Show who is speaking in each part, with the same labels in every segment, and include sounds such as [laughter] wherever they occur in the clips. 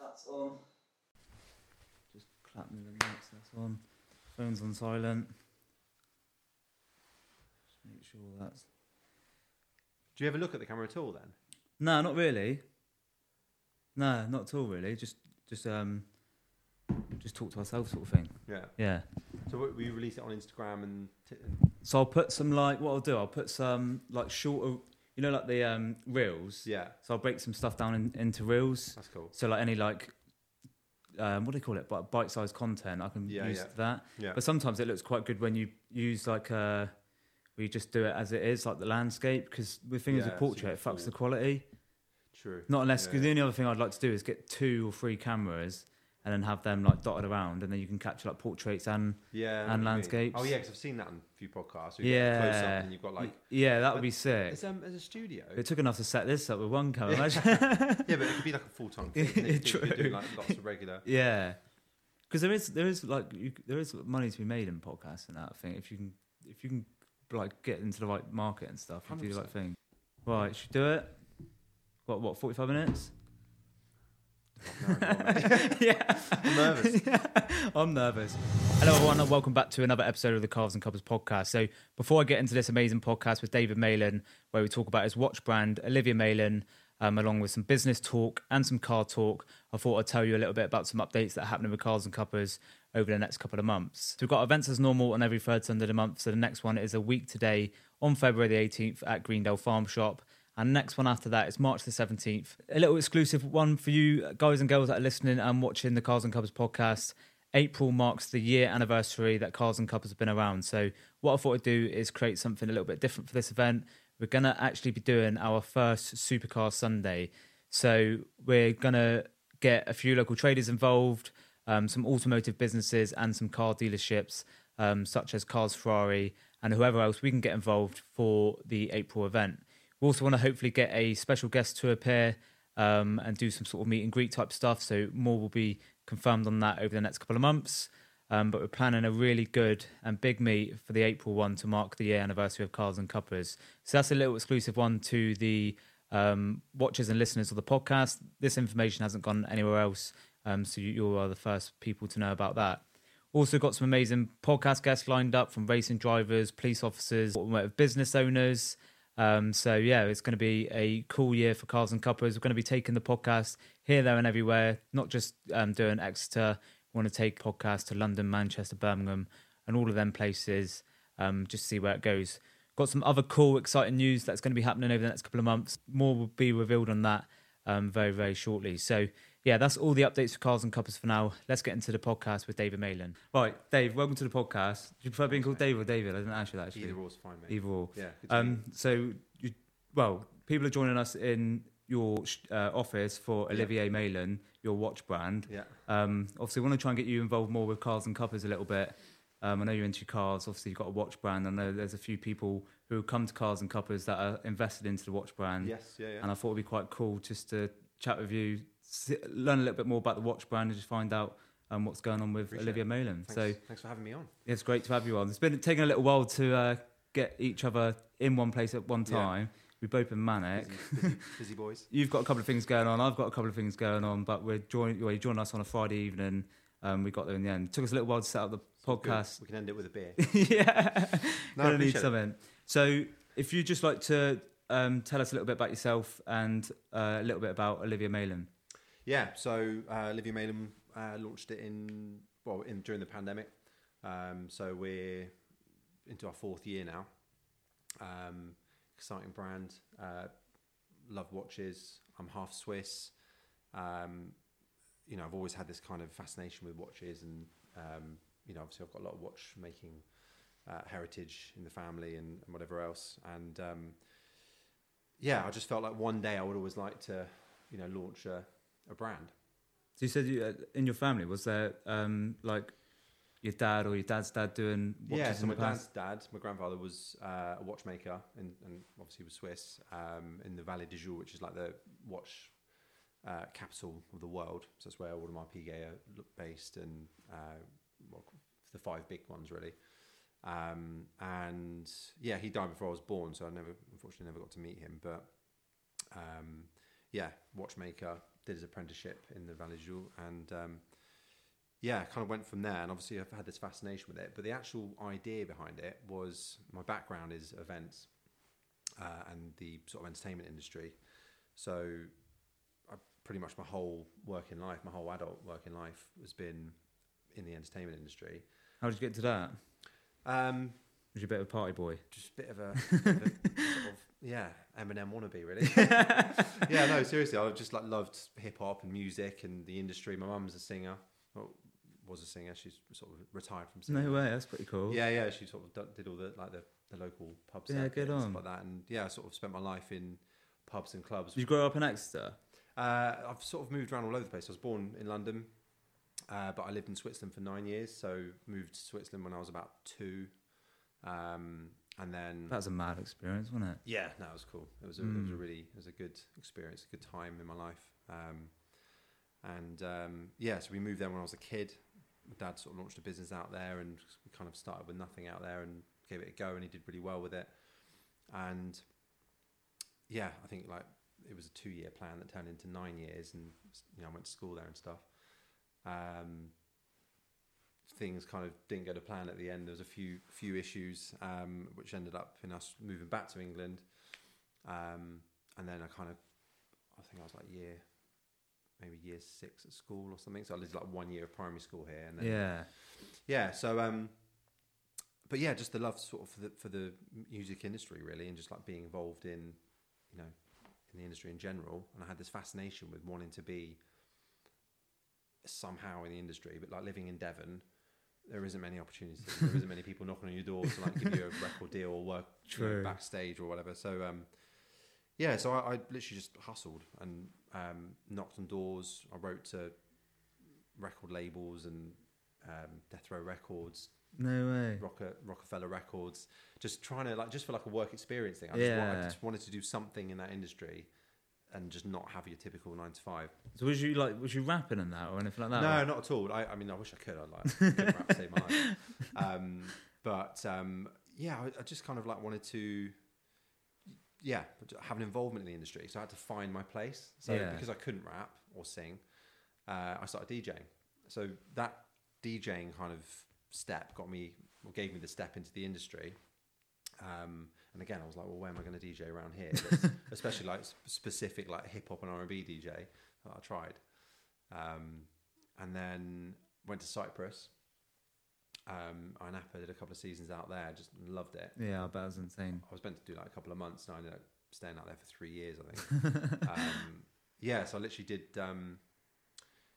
Speaker 1: that's on. Just clapping the lights, that's on. Phone's on silent. Just make sure that's.
Speaker 2: Do you ever look at the camera at all then?
Speaker 1: No, not really. No, not at all, really. Just, just, um, just talk to ourselves, sort of thing.
Speaker 2: Yeah.
Speaker 1: Yeah.
Speaker 2: So we- we release it on Instagram and. T-
Speaker 1: So I'll put some like what I'll do. I'll put some like shorter, you know, like the um reels.
Speaker 2: yeah,
Speaker 1: So I'll break some stuff down in, into reels.
Speaker 2: that's cool.
Speaker 1: So like any like, um, what do they call it? But bite-sized content. I can
Speaker 2: Yeah,
Speaker 1: use
Speaker 2: yeah.
Speaker 1: that.
Speaker 2: Yeah.
Speaker 1: But sometimes it looks quite good when you use like uh, we just do it as it is, like the landscape, because with things
Speaker 2: Yeah,
Speaker 1: with
Speaker 2: so you
Speaker 1: portrait, it
Speaker 2: can
Speaker 1: fucks the quality.
Speaker 2: True.
Speaker 1: Not unless because
Speaker 2: Yeah.
Speaker 1: the only other thing I'd like to do is get two or three cameras and then have them like dotted around, and then you can capture like portraits and
Speaker 2: Yeah.
Speaker 1: and
Speaker 2: I know what you mean.
Speaker 1: landscapes.
Speaker 2: Oh yeah, because I've seen that on a few podcasts. You've yeah. Got a close up
Speaker 1: Yeah.
Speaker 2: and you've got like.
Speaker 1: yeah, that
Speaker 2: but
Speaker 1: would be sick.
Speaker 2: It's um, as a studio.
Speaker 1: It took enough to set this up with one camera.
Speaker 2: Yeah.
Speaker 1: imagine.
Speaker 2: [laughs] yeah, but it could be like a full
Speaker 1: [laughs]
Speaker 2: time thing. couldn't it? You'd be
Speaker 1: True.
Speaker 2: doing like lots of regular. [laughs]
Speaker 1: Yeah, because there is there is like you, there is money to be made in podcasts and that thing. If you can if you can like get into the right market and stuff, you do the right
Speaker 2: 100%.
Speaker 1: thing. Right, should we do it. What what forty five minutes?
Speaker 2: No, go
Speaker 1: [laughs]
Speaker 2: on, mate.
Speaker 1: yeah, [laughs]
Speaker 2: I'm nervous.
Speaker 1: I'm nervous. Hello everyone, and welcome back to another episode of the Carves and Covers podcast. So before I get into this amazing podcast with David Malin, where we talk about his watch brand, Olivia Malin. Um, along with some business talk and some car talk, I thought I'd tell you a little bit about some updates that are happening with Cars and Cuppers over the next couple of months. So we've got events as normal on every third Sunday of the month. So the next one is a week today on February the 18th at Greendale Farm Shop. And next one after that is March the 17th. A little exclusive one for you guys and girls that are listening and watching the Cars and Cuppers podcast. April marks the year anniversary that Cars and Cuppers have been around. So what I thought I'd do is create something a little bit different for this event. We're going to actually be doing our first Supercar Sunday. So we're going to get a few local traders involved, um, some automotive businesses and some car dealerships um, such as Cars Ferrari and whoever else we can get involved for the April event. We also want to hopefully get a special guest to appear um, and do some sort of meet and greet type stuff. So more will be confirmed on that over the next couple of months. Um, but we're planning a really good and big meet for the April one to mark the year anniversary of Cars and Cuppers. So that's a little exclusive one to the um, watchers and listeners of the podcast. This information hasn't gone anywhere else, um, so you, you are the first people to know about that. Also got some amazing podcast guests lined up from racing drivers, police officers, automotive business owners. Um, so yeah, it's going to be a cool year for Cars and Cuppers. We're going to be taking the podcast here, there, and everywhere. Not just um, doing Exeter. We want to take podcasts to London, Manchester, Birmingham, and all of them places. Um, just see where it goes. Got some other cool, exciting news that's going to be happening over the next couple of months. More will be revealed on that um, very, very shortly. So, yeah, that's all the updates for Cars and Cuppers for now. Let's get into the podcast with David Malin. Right, Dave, welcome to the podcast. Do you prefer being called Dave or David? I didn't ask you that actually.
Speaker 2: Either or's fine, mate.
Speaker 1: Either or.
Speaker 2: Yeah. good to meet
Speaker 1: Um, so, you, well, people are joining us in your sh- uh, office for
Speaker 2: Yeah.
Speaker 1: Olivier Malin, your watch brand.
Speaker 2: you. yeah.
Speaker 1: Um, obviously, we want to try and get you involved more with cars and cuppers a little bit. Um, I know you're into cars. Obviously, you've got a watch brand. I know there's a few people who come to cars and cuppers that are invested into the watch brand.
Speaker 2: Yes. Yeah. Yeah.
Speaker 1: And I thought it'd be quite cool just to chat with you, si- learn a little bit more about the watch brand, and just find out um, what's going on with
Speaker 2: Appreciate
Speaker 1: Olivia
Speaker 2: it.
Speaker 1: Molan.
Speaker 2: Thanks,
Speaker 1: So
Speaker 2: thanks for having me on.
Speaker 1: it's great to have you on. It's been taking a little while to uh, get each other in one place at one
Speaker 2: Yeah.
Speaker 1: time. We've both been manic.
Speaker 2: Busy boys.
Speaker 1: You've got a couple of things going on. I've got a couple of things going on, but we're joined. Well, you joined us on a Friday evening. Um, we got there in the end. Took us a little while to set up the
Speaker 2: Good.
Speaker 1: [laughs] podcast. [laughs]
Speaker 2: We can end it with a beer.
Speaker 1: yeah,
Speaker 2: No, I
Speaker 1: gonna need
Speaker 2: appreciate it.
Speaker 1: something. So, if you'd just like to um, tell us a little bit about yourself and uh, a little bit about Olivia Malin.
Speaker 2: Yeah, so uh, Olivia Malin uh, launched it in well in during the pandemic. Um, so we're into our fourth year now. Um, exciting brand. Uh, love watches. I'm half Swiss. Um, you know, I've always had this kind of fascination with watches, and um, you know, obviously I've got a lot of watchmaking uh, heritage in the family and, and whatever else. And um, yeah, I just felt like one day I would always like to, you know, launch a, a brand.
Speaker 1: So you said you, uh, in your family was there um, like your dad or your dad's dad doing watches
Speaker 2: yeah, so
Speaker 1: in
Speaker 2: my
Speaker 1: the
Speaker 2: dad's
Speaker 1: past?
Speaker 2: dad, my grandfather was uh, a watchmaker, and, and obviously was Swiss um, in the Vallée du Jour, which is like the watch uh, capital of the world. So that's where all of my Piguet are lo- based, and uh, well, the five big ones really. Um, and yeah, he died before I was born, so I never, unfortunately, never got to meet him. But um, yeah, watchmaker, did his apprenticeship in the Valley Joux and um, yeah, kind of went from there. And obviously, I've had this fascination with it. But the actual idea behind it was my background is events uh, and the sort of entertainment industry. So, I, pretty much my whole working life, my whole adult working life, has been in the entertainment industry.
Speaker 1: How did you get to that?
Speaker 2: Um,
Speaker 1: Was you a bit of a party boy?
Speaker 2: just a bit of a, bit of a sort of [laughs] yeah Eminem wannabe really. [laughs] yeah, no, seriously, I just like loved hip hop and music and the industry. My mum's a singer, well, was a singer. She's sort of retired from singing.
Speaker 1: No way, that's pretty cool.
Speaker 2: Yeah, yeah, she sort of done- did all the like the, the local pubs.
Speaker 1: Yeah, good
Speaker 2: and
Speaker 1: on.
Speaker 2: stuff like that. And yeah, I sort of spent my life in pubs and clubs.
Speaker 1: Did you grow up in Exeter?
Speaker 2: Uh, I've sort of moved around all over the place. I was born in London, uh, but I lived in Switzerland for nine years. So moved to Switzerland when I was about two, um, and then
Speaker 1: That was a mad experience, wasn't it?
Speaker 2: yeah, no, it was cool. It was a, it was a
Speaker 1: Mm.
Speaker 2: really it was a good experience, a good time in my life. Um, and um, yeah, so we moved there when I was a kid. My dad sort of launched a business out there, and we kind of started with nothing out there and gave it a go, and he did really well with it. And yeah, I think like it was a two-year plan that turned into nine years, and you know I went to school there and stuff. Um, things kind of didn't go to plan at the end. There was a few few issues um, which ended up in us moving back to England, um, and then I kind of I think I was like year maybe year six at school or something. So I lived like one year of primary school here, and then
Speaker 1: Yeah.
Speaker 2: yeah so um but yeah just the love sort of for the for the music industry really and just like being involved in you know in the industry in general and i had this fascination with wanting to be somehow in the industry but like living in devon there isn't many opportunities there isn't many people knocking on your door to like give you a record deal or work you know,
Speaker 1: True.
Speaker 2: backstage or whatever so um yeah so I, I literally just hustled and um knocked on doors i wrote to record labels and um, Death Row Records,
Speaker 1: No way.
Speaker 2: Rocker, Rockefeller Records, just trying to like just for like a work experience thing. I, just, wa- I
Speaker 1: Yeah.
Speaker 2: just wanted to do something in that industry and just not have your typical nine to five.
Speaker 1: So was you like was you rapping in that or anything like that?
Speaker 2: no, not at all. I, I mean, I wish I could. I'd like get rap
Speaker 1: [laughs]
Speaker 2: to save my life. Um, but um, yeah, I, I just kind of like wanted to. Yeah, have an involvement in the industry, so I had to find my place. So
Speaker 1: Yeah.
Speaker 2: because I couldn't rap or sing, uh, I started DJing. So that DJing kind of step got me, or gave me the step into the industry. Um, and again, I was like, well, where am I going to DJ around here? That's- especially like sp- specific like hip hop and R and B DJ that I tried. Um, and then went to Cyprus. Um, I Napa did a couple of seasons out there. Just loved it.
Speaker 1: Yeah, I bet that was insane.
Speaker 2: I was meant to do like a couple of months, and I ended up staying out there for three years. I think. um, yeah, so I literally did um,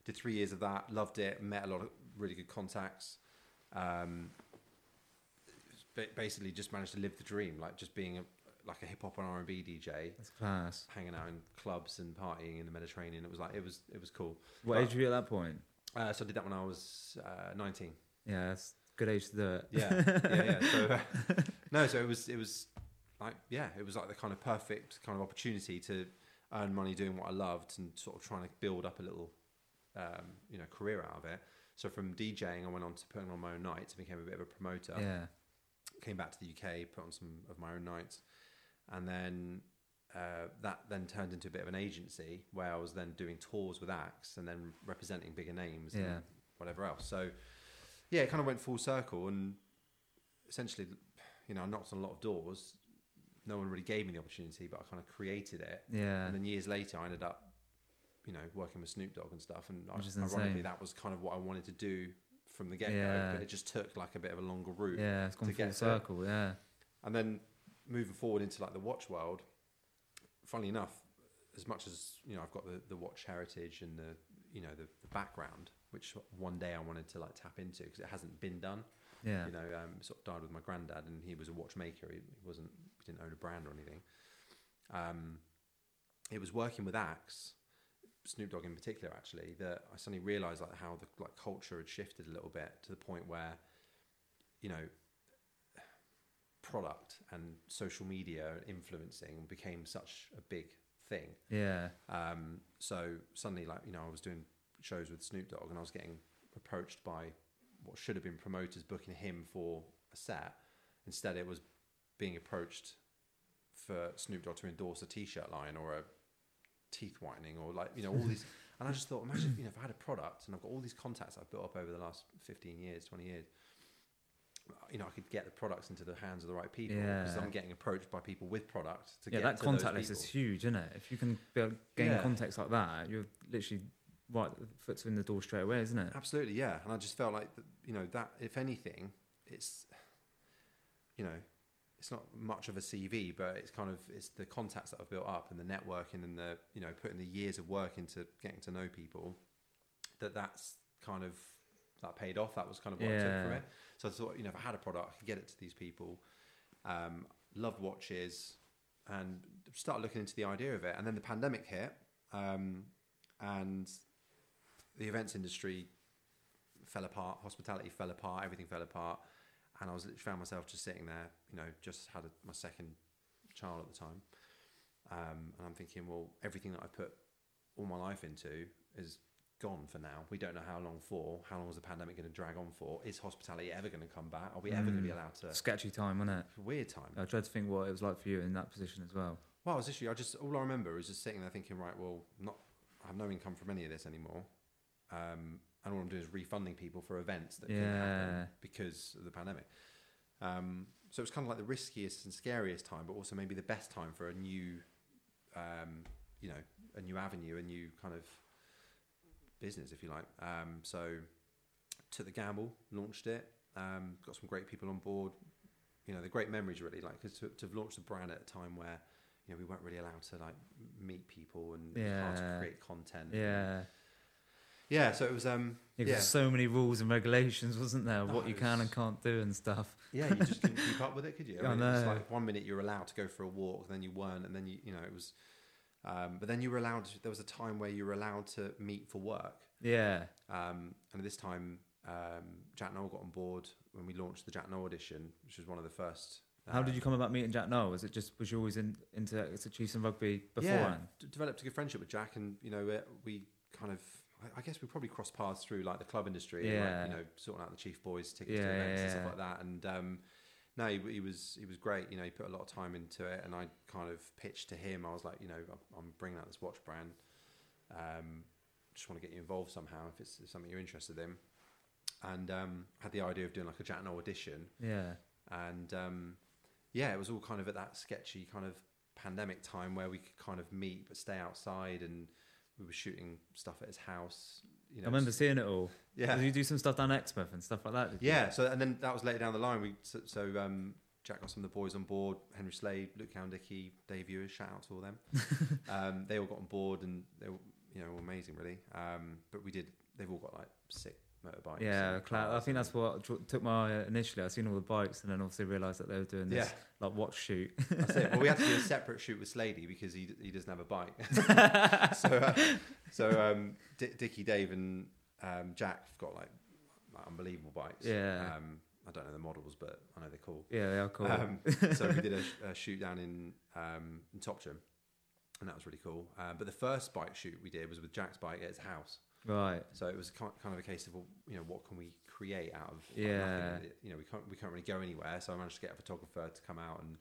Speaker 2: did three years of that. Loved it. Met a lot of really good contacts. Um, ba- basically, just managed to live the dream, like just being a, like a hip hop and R and B DJ,
Speaker 1: That's class.
Speaker 2: hanging out in clubs and partying in the Mediterranean. It was like it was it was cool.
Speaker 1: What
Speaker 2: But-
Speaker 1: age were you at that point?
Speaker 2: Uh, so I did that when I was uh, nineteen.
Speaker 1: Yeah, that's a good age to do it.
Speaker 2: yeah, yeah, yeah. So [laughs] uh, no, so it was it was like yeah, it was like the kind of perfect kind of opportunity to earn money doing what I loved and sort of trying to build up a little um, you know career out of it. So from DJing, I went on to putting on my own nights and became a bit of a promoter.
Speaker 1: [laughs] Yeah.
Speaker 2: Came back to the UK, put on some of my own nights, and then. Uh, that then turned into a bit of an agency where I was then doing tours with acts and then representing bigger names and
Speaker 1: Yeah.
Speaker 2: whatever else. So yeah, it kind of went full circle and essentially, you know, I knocked on a lot of doors. No one really gave me the opportunity, but I kind of created it.
Speaker 1: Yeah.
Speaker 2: And then years later, I ended up, you know, working with Snoop Dogg and stuff. And I,
Speaker 1: Which is
Speaker 2: ironically,
Speaker 1: insane.
Speaker 2: that was kind of what I wanted to do from the get go.
Speaker 1: Yeah.
Speaker 2: But it just took like a bit of a longer route.
Speaker 1: Yeah, it's gone
Speaker 2: to
Speaker 1: full
Speaker 2: get to-
Speaker 1: circle, yeah.
Speaker 2: And then moving forward into like the watch world, funnily enough, as much as you know, I've got the, the watch heritage and the you know the, the background, which one day I wanted to like tap into because it hasn't been done.
Speaker 1: Yeah.
Speaker 2: You know, um, sort of died with my granddad, and he was a watchmaker. He, he wasn't, he didn't own a brand or anything. Um, it was working with Axe, Snoop Dogg in particular, actually, that I suddenly realised like how the like culture had shifted a little bit to the point where, you know, product and social media and influencing became such a big thing
Speaker 1: Yeah.
Speaker 2: um, so suddenly, like you know, I was doing shows with Snoop Dogg, and I was getting approached by what should have been promoters booking him for a set. Instead, it was being approached for Snoop Dogg to endorse a T-shirt line or a teeth whitening or like you know all
Speaker 1: [laughs]
Speaker 2: these. And I just thought, imagine you know if I had a product and I've got all these contacts I've built up over the last fifteen years, twenty years. You know, I could get the products into the hands of the right people because
Speaker 1: Yeah.
Speaker 2: I'm getting approached by people with products. To
Speaker 1: Yeah,
Speaker 2: get
Speaker 1: that
Speaker 2: to those
Speaker 1: contact list is
Speaker 2: people.
Speaker 1: huge, isn't it? If you can build, gain
Speaker 2: Yeah.
Speaker 1: contacts like that, you're literally right foot's in the door straight away, isn't it?
Speaker 2: Absolutely, yeah. And I just felt like th- you know that if anything, it's you know it's not much of a CV, but it's kind of it's the contacts that I've built up and the networking and the you know putting the years of work into getting to know people. That that's kind of that paid off. That was kind of what I took from
Speaker 1: Yeah.
Speaker 2: it. So I thought you know if I had a product, I could get it to these people. Um, loved watches and started looking into the idea of it. And then the pandemic hit, um, and the events industry fell apart, hospitality fell apart, everything fell apart, and I was literally found myself just sitting there. You know, just had a, my second child at the time, um, and I'm thinking, well, everything that I put all my life into is gone for now. We don't know how long for. How long is the pandemic going to drag on for? Is hospitality ever going to come back? Are we ever going to be
Speaker 1: Mm.
Speaker 2: allowed to?
Speaker 1: Sketchy time, wasn't it?
Speaker 2: It's a weird time.
Speaker 1: I tried to think what it was like for you in that position as well.
Speaker 2: Well, I was literally, I just all I remember is just sitting there thinking, right, well, not I have no income from any of this anymore, um, and all I'm doing is refunding people for events that can
Speaker 1: Yeah.
Speaker 2: happen because of the pandemic. Um, so it was kind of like the riskiest and scariest time, but also maybe the best time for a new, um, you know, a new avenue, a new kind of business, if you like. Um, so took the gamble, launched it, um, got some great people on board. You know, the great memories really, like 'cause to, to have launched the brand at a time where you know we weren't really allowed to like m- meet people and it was hard to
Speaker 1: Yeah.
Speaker 2: create content.
Speaker 1: Yeah.
Speaker 2: yeah. So it was, um,
Speaker 1: Yeah, 'cause
Speaker 2: Mm. yeah,
Speaker 1: There's so many rules and regulations, wasn't there?
Speaker 2: Oh,
Speaker 1: what you
Speaker 2: it
Speaker 1: can
Speaker 2: was-
Speaker 1: and can't do and stuff.
Speaker 2: yeah. You just couldn't keep up with it,
Speaker 1: [laughs]
Speaker 2: could you?
Speaker 1: I
Speaker 2: it was
Speaker 1: know.
Speaker 2: like one minute you were allowed to go for a walk, then you weren't, and then you, you know, it was. Um, but then you were allowed. There was a time where you were allowed to meet for work.
Speaker 1: Yeah.
Speaker 2: Um, and this time, um, Jack Noel got on board when we launched the Jack Noel edition, which was one of the first.
Speaker 1: How did
Speaker 2: um,
Speaker 1: you come about meeting Jack Noel? Was it just was you always in, into it's a Chiefs and rugby beforehand?
Speaker 2: d- developed a good friendship with Jack, and you know uh, we kind of, I- I guess we probably crossed paths through like the club industry,
Speaker 1: Yeah.
Speaker 2: and, like, you know, sorting out the Chief Boys tickets
Speaker 1: Yeah,
Speaker 2: to events and
Speaker 1: yeah,
Speaker 2: stuff like that. And um, no, he, he was he was great. You know, he put a lot of time into it, and I kind of pitched to him. I was like, you know, I'm- I'm bringing out this watch brand. Um, just want to get you involved somehow if it's if something you're interested in. And um, had the idea of doing like a Jack Noel edition,
Speaker 1: Yeah.
Speaker 2: and um, yeah, it was all kind of at that sketchy kind of pandemic time where we could kind of meet but stay outside, and we were shooting stuff at his house. You know,
Speaker 1: I remember seeing it all. Did
Speaker 2: yeah,
Speaker 1: you do some stuff down at Exmouth and stuff like that? did you?
Speaker 2: yeah. So and then that was later down the line. We so, so um, Jack got some of the boys on board: Henry Slade, Luke Houndicky, Dave Ewers. Shout out to all them.
Speaker 1: [laughs]
Speaker 2: um, they all got on board, and they were you know all amazing really. Um, but we did. They've all got like sick motorbikes.
Speaker 1: Yeah,
Speaker 2: and
Speaker 1: cloud. I
Speaker 2: cars
Speaker 1: think
Speaker 2: and-
Speaker 1: that's what dr- took my eye initially. I seen all the bikes and then obviously realised that they were doing this
Speaker 2: Yeah.
Speaker 1: like watch
Speaker 2: [laughs]
Speaker 1: shoot. [laughs]
Speaker 2: That's it. Well, we had to do a separate shoot with Slady because he, he doesn't have a bike. [laughs] so uh, so um, Di Dickie, Dave, and um, Jack have got like, like unbelievable bikes.
Speaker 1: Yeah.
Speaker 2: Um, I don't know the models, but I know they're cool.
Speaker 1: yeah, they are cool.
Speaker 2: Um, so we did a, sh-
Speaker 1: [laughs]
Speaker 2: a shoot down in, um, in Topsham, and that was really cool. Uh, but the first bike shoot we did was with Jack's bike at his house.
Speaker 1: right.
Speaker 2: So it was ki- kind of a case of well, you know what can we create out of like,
Speaker 1: Yeah.
Speaker 2: nothing? You know we can't we can't really go anywhere. So I managed to get a photographer to come out and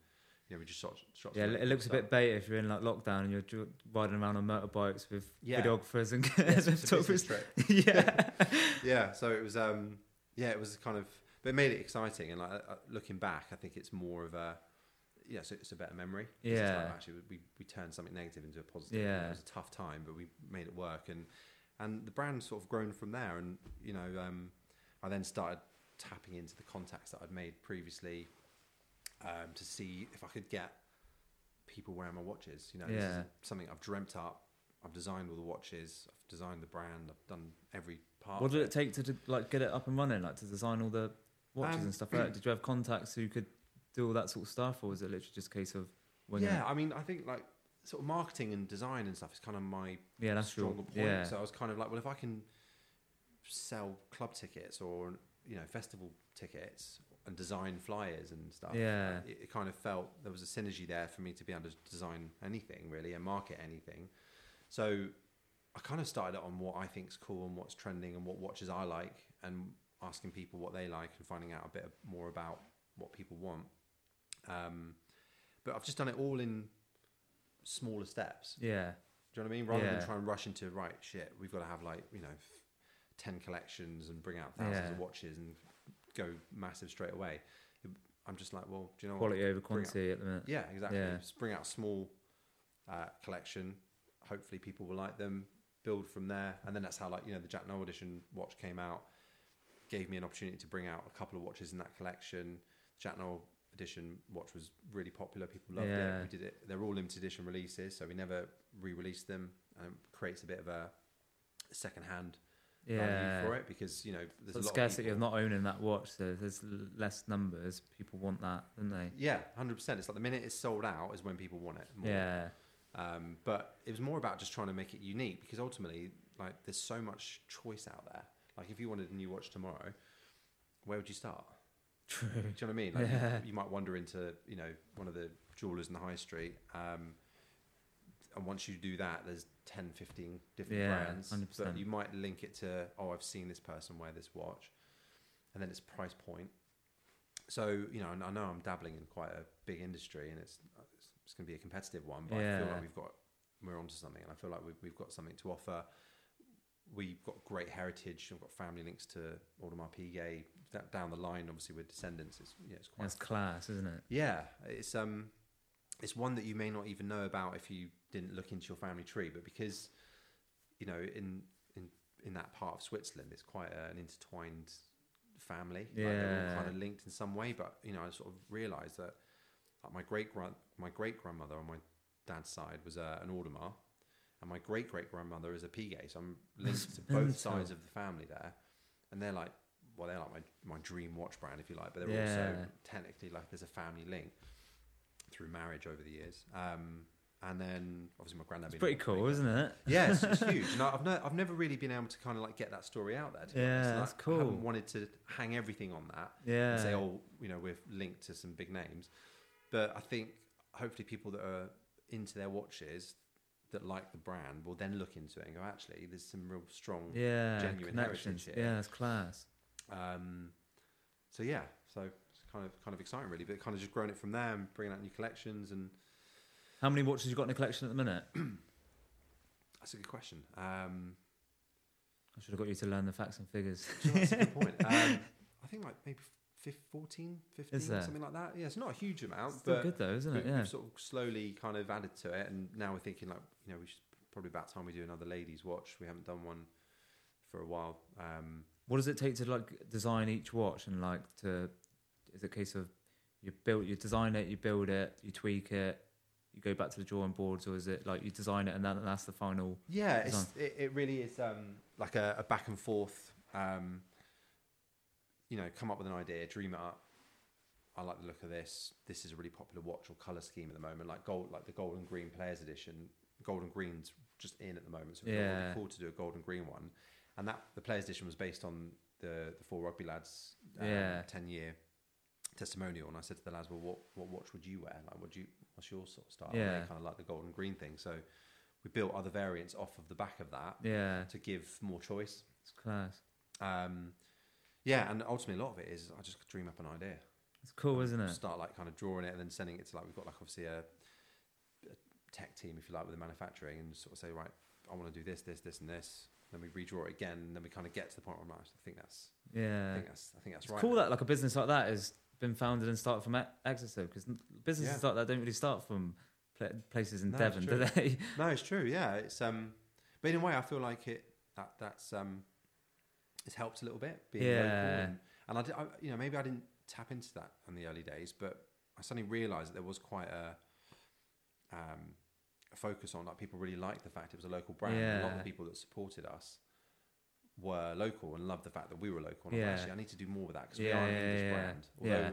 Speaker 2: you know we just shot shot.
Speaker 1: Yeah,
Speaker 2: some
Speaker 1: it looks a
Speaker 2: stuff.
Speaker 1: bit [laughs] beta if you're in like lockdown and you're dr- riding around on motorbikes with
Speaker 2: Yeah.
Speaker 1: videographers and
Speaker 2: Yeah,
Speaker 1: [laughs]
Speaker 2: it's a business
Speaker 1: photographers.
Speaker 2: trip.
Speaker 1: [laughs]
Speaker 2: [laughs]
Speaker 1: yeah,
Speaker 2: yeah, so it was um yeah it was kind of but it made it exciting and like uh, looking back I think it's more of a yeah so it's a better memory. 'Cause it's like,
Speaker 1: Yeah.
Speaker 2: actually we we turned something negative into a positive. and
Speaker 1: Yeah.
Speaker 2: it was a tough time but we made it work and and the brand sort of grown from there and you know um I then started tapping into the contacts that I'd made previously um, to see if I could get people wearing my watches. You know, this
Speaker 1: Yeah.
Speaker 2: is something I've dreamt up. I've designed all the watches. I've designed the brand. I've done every part.
Speaker 1: what
Speaker 2: of
Speaker 1: did it take to d- like get it up and running? Like to design all the watches
Speaker 2: Um,
Speaker 1: and stuff. Like
Speaker 2: [clears throat]
Speaker 1: that? Did you have contacts who could do all that sort of stuff, or was it literally just a case of winging
Speaker 2: yeah,
Speaker 1: it?
Speaker 2: I mean, I think like sort of marketing and design and stuff is kind of my
Speaker 1: yeah, that's true.
Speaker 2: stronger point.
Speaker 1: Yeah,
Speaker 2: So I was kind of like, well, if I can sell club tickets or you know festival tickets and design flyers and stuff,
Speaker 1: Yeah.
Speaker 2: it, it kind of felt there was a synergy there for me to be able to design anything really and market anything. So I kind of started it on what I think's cool and what's trending and what watches I like and asking people what they like and finding out a bit more about what people want. Um, but I've just done it all in smaller steps.
Speaker 1: yeah,
Speaker 2: Do Do you know what I mean? Rather
Speaker 1: Yeah.
Speaker 2: than try and rush into right shit, we've got to have like you know ten collections and bring out thousands
Speaker 1: Yeah.
Speaker 2: of watches and go massive straight away. I'm just like, well, do you know
Speaker 1: Quality
Speaker 2: what?
Speaker 1: over
Speaker 2: Bring out-
Speaker 1: quantity at the minute.
Speaker 2: Yeah, exactly.
Speaker 1: Yeah.
Speaker 2: Just bring out a small uh, collection. Hopefully, people will like them. Build from there, and then that's how like you know the Jack Noel edition watch came out. Gave me an opportunity to bring out a couple of watches in that collection. Jack Noel edition watch was really popular. People loved
Speaker 1: Yeah.
Speaker 2: it. We did it. They're all limited edition releases, so we never re-released them, and it creates a bit of a second-hand
Speaker 1: Yeah.
Speaker 2: value for it because you know there's
Speaker 1: So
Speaker 2: a
Speaker 1: the
Speaker 2: lot
Speaker 1: scarcity
Speaker 2: of
Speaker 1: of,
Speaker 2: people-
Speaker 1: not owning that watch, so if there's l- less numbers. People want that, don't they?
Speaker 2: Yeah, hundred percent. It's like the minute it's sold out is when people want it. More.
Speaker 1: Yeah,
Speaker 2: Um, but it was more about just trying to make it unique because ultimately, like, there's so much choice out there. Like, if you wanted a new watch tomorrow, where would you start?
Speaker 1: [laughs] true.
Speaker 2: Do you know what I mean? Like, you-
Speaker 1: Yeah.
Speaker 2: you, might wander into, you know, one of the jewelers in the high street. Um, and once you do that, there's 10, 15 different
Speaker 1: Yeah,
Speaker 2: brands.
Speaker 1: 100%.
Speaker 2: But you might link it to, oh, I've seen this person wear this watch. And then it's price point. So, you know, and I know I'm dabbling in quite a big industry and it's, it's going to be a competitive one, but I feel
Speaker 1: Yeah.
Speaker 2: like we've got, we're onto something and I feel like we've, we've got something to offer. We've got great heritage. I've got family links to Audemars Piguet. That down the line, obviously, we're descendants. It's, yeah, it's quite
Speaker 1: That's class, isn't it?
Speaker 2: yeah, it's um, it's one that you may not even know about if you didn't look into your family tree, but because you know in in in that part of Switzerland, it's quite an intertwined family. like, they're
Speaker 1: Yeah.
Speaker 2: all kind of linked in some way. But you know, I sort of realised that like, my great grand my great grandmother on my dad's side was uh, an Audemars, and my great great grandmother is a Piguet. So I'm linked to both
Speaker 1: mental.
Speaker 2: sides of the family there, and they're like. Well, they're like my, my dream watch brand, if you like, but they're
Speaker 1: Yeah.
Speaker 2: also technically like there's a family link through marriage over the years. Um, and then obviously my granddad.
Speaker 1: It's
Speaker 2: being
Speaker 1: pretty
Speaker 2: a
Speaker 1: cool,
Speaker 2: big-
Speaker 1: isn't it?
Speaker 2: Yeah,
Speaker 1: [laughs]
Speaker 2: it's, it's huge. And I- I've, no, I've never really been able to kind of like get that story out there. To be
Speaker 1: Yeah,
Speaker 2: honest. And
Speaker 1: that's
Speaker 2: I- I haven't
Speaker 1: cool.
Speaker 2: wanted to hang everything on that
Speaker 1: Yeah.
Speaker 2: and say, oh, you know, we're linked to some big names. But I think hopefully people that are into their watches that like the brand will then look into it and go, actually, there's some real strong.
Speaker 1: yeah,
Speaker 2: genuine heritage
Speaker 1: connections.
Speaker 2: here.
Speaker 1: Yeah, that's class.
Speaker 2: Um, so yeah, so it's kind of kind of exciting really, but kind of just growing it from there and bringing out new collections and
Speaker 1: How many watches you got in the collection at the minute?
Speaker 2: That's a good question. Um,
Speaker 1: I should have got you to learn the facts and figures.
Speaker 2: do you know, that's
Speaker 1: [laughs]
Speaker 2: a good point. Um, I think like maybe fif- 14, 15,
Speaker 1: there?
Speaker 2: something like that. Yeah, it's not a huge amount,
Speaker 1: It's still
Speaker 2: but
Speaker 1: good though, isn't
Speaker 2: we-
Speaker 1: it? Yeah.
Speaker 2: we've sort of slowly kind of added to it. And now we're thinking like, you know, we should probably about time we do another ladies watch. We haven't done one for a while. Um,
Speaker 1: What does it take to like design each watch and like to? Is it a case of you build, you design it, you build it, you tweak it, you go back to the drawing boards, or is it like you design it and then that's the final?
Speaker 2: Yeah,
Speaker 1: It's
Speaker 2: it's, it, it really is um, like a, a back and forth. Um, you know, come up with an idea, dream it up. I like the look of this. This is a really popular watch or color scheme at the moment, like gold, like the gold and green players edition. Gold and green's just in at the moment, so we thought it would
Speaker 1: Yeah.
Speaker 2: be cool to do a gold and green one. And that the players edition was based on the the four rugby lads um,
Speaker 1: Yeah.
Speaker 2: ten year testimonial, and I said to the lads, "Well, what what watch would you wear? Like, what do you what's your sort of style?" And
Speaker 1: Yeah.
Speaker 2: they kind of like the gold and green thing, so we built other variants off of the back of that
Speaker 1: Yeah,
Speaker 2: to give more choice.
Speaker 1: it's class.
Speaker 2: Um, yeah, and ultimately a lot of it is I just dream up an idea,
Speaker 1: It's cool, isn't it?
Speaker 2: start like kind of drawing it, and then sending it to like we've got like obviously a, a tech team if you like with the manufacturing, and sort of say right, I want to do this, this, this, and this. Then we redraw it again, and then we kind of get to the point where I'm like, I think that's, I
Speaker 1: Yeah,
Speaker 2: think that's, I think that's
Speaker 1: it's
Speaker 2: right.
Speaker 1: cool
Speaker 2: now.
Speaker 1: that like a business like that has been founded and started from e- Exeter 'cause because businesses
Speaker 2: Yeah.
Speaker 1: like that don't really start from pla places in
Speaker 2: No, it's
Speaker 1: Devon, do they? [laughs]
Speaker 2: No, it's true. Yeah, it's um, but in a way, I feel like it that that's um, it's helped a little bit being local,
Speaker 1: Yeah.
Speaker 2: and, and I, did, I, you know, maybe I didn't tap into that in the early days, but I suddenly realised that there was quite a um, a focus on like people really liked the fact it was a local brand. A lot of
Speaker 1: Yeah.
Speaker 2: the people that supported us were local and loved the fact that we were local. And I'm
Speaker 1: Yeah.
Speaker 2: actually, I need to do more with that because
Speaker 1: Yeah,
Speaker 2: we are an
Speaker 1: yeah,
Speaker 2: English
Speaker 1: yeah.
Speaker 2: brand. Although,
Speaker 1: Yeah.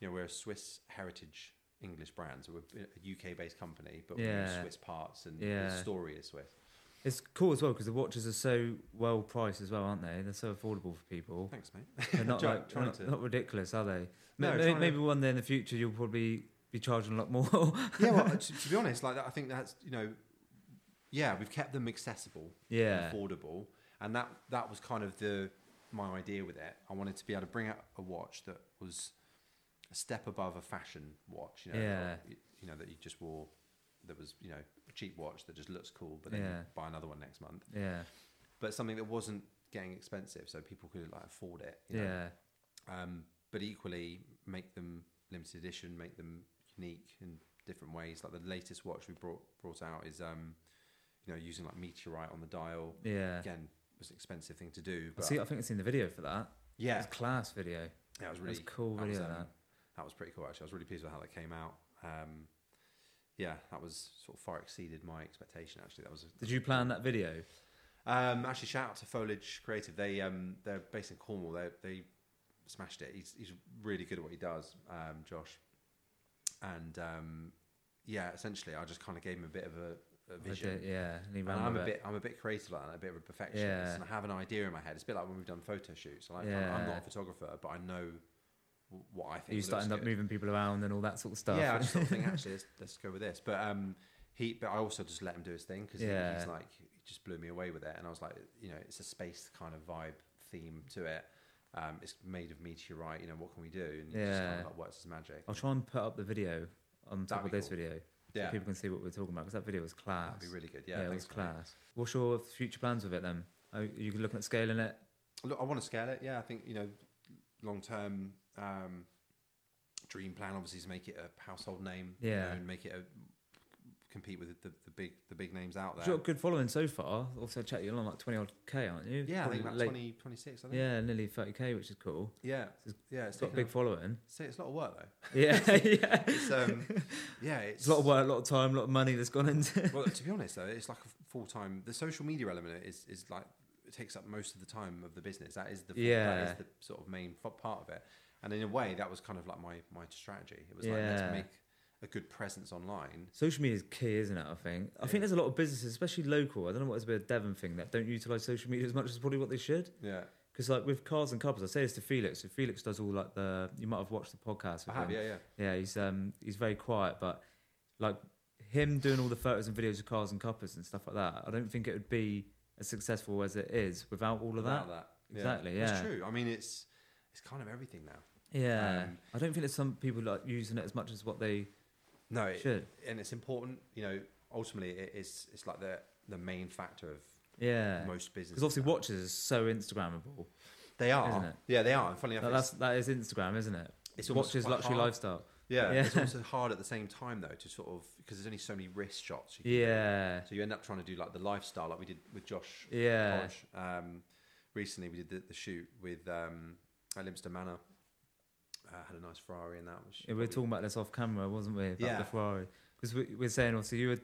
Speaker 2: you know, we're a Swiss heritage English brand, so we're a UK based company, but we use
Speaker 1: Yeah.
Speaker 2: Swiss parts and the
Speaker 1: Yeah.
Speaker 2: story is Swiss.
Speaker 1: It's cool as well because the watches are so well priced as well, aren't they? They're so affordable for
Speaker 2: [laughs]
Speaker 1: people.
Speaker 2: Thanks, mate.
Speaker 1: They're not
Speaker 2: Try-
Speaker 1: like
Speaker 2: trying
Speaker 1: not,
Speaker 2: to-
Speaker 1: not ridiculous, are they? Ma-
Speaker 2: No,
Speaker 1: ma-
Speaker 2: trying to-
Speaker 1: maybe one day in the future you'll probably be charging a lot more. [laughs]
Speaker 2: yeah, well, to, to be honest, like that, I think that's you know, yeah, we've kept them accessible, and
Speaker 1: yeah,
Speaker 2: affordable, and that that was kind of the my idea with it. I wanted to be able to bring out a watch that was a step above a fashion watch, you know,
Speaker 1: Yeah.
Speaker 2: or, you know that you just wore that was you know cheap watch that just looks cool, but then
Speaker 1: Yeah.
Speaker 2: buy another one next month.
Speaker 1: Yeah.
Speaker 2: But something that wasn't getting expensive, so people could like afford it. you know?
Speaker 1: Yeah.
Speaker 2: um, but equally make them limited edition, make them unique in different ways. Like the latest watch we brought brought out is, um, you know, using like meteorite on the dial.
Speaker 1: Yeah.
Speaker 2: Again, was an expensive thing to do,
Speaker 1: I
Speaker 2: but
Speaker 1: see. I think I've seen the video for that.
Speaker 2: yeah,
Speaker 1: It's class video.
Speaker 2: that was
Speaker 1: It was
Speaker 2: really
Speaker 1: a cool
Speaker 2: that was,
Speaker 1: video.
Speaker 2: um, that was pretty cool. Actually, I was really pleased with how that came out. Um, yeah, that was sort of far exceeded my expectation. Actually, that was.
Speaker 1: that. Did you plan that video?
Speaker 2: Um, actually, shout out to Foliage Creative. They um, they're based in Cornwall. They they smashed it. He's he's really good at what he does, um, Josh. And um, yeah, essentially, I just kind of gave him a bit of a, a
Speaker 1: I
Speaker 2: vision.
Speaker 1: did, yeah. and he
Speaker 2: And
Speaker 1: ran
Speaker 2: I'm
Speaker 1: with it.
Speaker 2: a bit I'm a bit creative like that, a bit of a perfectionist,
Speaker 1: Yeah.
Speaker 2: and I have an idea in my head. It's a bit like when we've done photo shoots. Like, I'm, I'm not
Speaker 1: Yeah.
Speaker 2: a photographer, but I know w- what I think.
Speaker 1: You
Speaker 2: looks
Speaker 1: starting up
Speaker 2: good.
Speaker 1: moving people around and all that sort of stuff.
Speaker 2: Yeah, I just sort of think actually let's, let's go with this. But um, he, but I also just let him do his thing because
Speaker 1: Yeah.
Speaker 2: he's like he just blew me away with it, and I was like, you know, it's a space kind of vibe theme to it. Um, it's made of meteorite. You know, what can we do? And he just kind
Speaker 1: Yeah.
Speaker 2: of like works as magic.
Speaker 1: [laughs] I'll try and put up the video on top
Speaker 2: That'd
Speaker 1: of
Speaker 2: be
Speaker 1: this
Speaker 2: cool.
Speaker 1: video so
Speaker 2: Yeah,
Speaker 1: people can see what we're talking about because that video was class.
Speaker 2: that'd be really good.
Speaker 1: yeah,
Speaker 2: Yeah,
Speaker 1: it
Speaker 2: thanks,
Speaker 1: was
Speaker 2: mate.
Speaker 1: class. What's your future plans with it then? Are you looking at scaling it?
Speaker 2: Look, I want to scale it. Yeah, I think you know, long term um, dream plan obviously is make it a household name. you know,
Speaker 1: Yeah.
Speaker 2: and make it a compete with the, the big the big names out there.
Speaker 1: You've got a good following so far. Also, check you're on like 20 odd K, aren't you?
Speaker 2: Yeah, I
Speaker 1: Probably
Speaker 2: think about
Speaker 1: late-
Speaker 2: 20, 26, I think.
Speaker 1: Yeah, nearly 30K, which is cool.
Speaker 2: Yeah,
Speaker 1: It's-
Speaker 2: yeah, it's
Speaker 1: It's got a
Speaker 2: taken
Speaker 1: big following.
Speaker 2: [laughs] a- See, it's a lot of work though.
Speaker 1: Yeah, [laughs] yeah. [laughs]
Speaker 2: It's, um, yeah, it's,
Speaker 1: It's a lot of work, a lot of time, a lot of money that's gone into
Speaker 2: Well, to be honest though, it's like a full time. The social media element is is like it takes up most of the time of the business. That is the that
Speaker 1: Yeah.
Speaker 2: is the sort of main f- part of it. And in a way, that was kind of like my my strategy. It was like
Speaker 1: Yeah.
Speaker 2: let's make a good presence online.
Speaker 1: Social media is key, isn't it? I think. I think there's a lot of businesses, especially local. I don't know what it's a bit of Devon thing that don't utilise social media as much as probably what they should.
Speaker 2: Yeah,
Speaker 1: Because like with cars and couples, I say this to Felix. So Felix does all like the. You might have watched the podcast. With
Speaker 2: I have.
Speaker 1: him.
Speaker 2: Yeah, yeah,
Speaker 1: Yeah, he's um he's very quiet, but like him doing all the photos and videos of cars and couples and stuff like that. I don't think it would be as successful as it is without all of
Speaker 2: Without
Speaker 1: that.
Speaker 2: Yeah.
Speaker 1: Exactly,
Speaker 2: It's
Speaker 1: yeah.
Speaker 2: true. I mean, it's it's kind of everything now.
Speaker 1: Yeah,
Speaker 2: Um,
Speaker 1: I don't think there's some people like using it as much as what they
Speaker 2: No, it,
Speaker 1: should.
Speaker 2: and it's important. You know, ultimately, it is it's like the the main factor of
Speaker 1: Yeah,
Speaker 2: most businesses.
Speaker 1: because obviously
Speaker 2: now.
Speaker 1: watches is so Instagrammable.
Speaker 2: They are.
Speaker 1: Isn't it?
Speaker 2: Yeah, they are. And funny enough,
Speaker 1: That, that's that is Instagram, isn't it?
Speaker 2: It's almost
Speaker 1: watches
Speaker 2: quite
Speaker 1: luxury
Speaker 2: hard.
Speaker 1: lifestyle.
Speaker 2: it's, yeah,
Speaker 1: yeah. [laughs]
Speaker 2: it's also hard at the same time though to sort of because there's only so many wrist shots. You can do.
Speaker 1: Yeah,
Speaker 2: So you end up trying to do like the lifestyle, like we did with Josh.
Speaker 1: yeah,
Speaker 2: Hodge. Um, recently we did the, the shoot with um, at Limpster Manor. Uh, had a nice Ferrari in that. Which
Speaker 1: Yeah, We were
Speaker 2: probably-
Speaker 1: talking about this off camera, wasn't we? About
Speaker 2: Yeah.
Speaker 1: the Ferrari, because we, we're saying obviously you were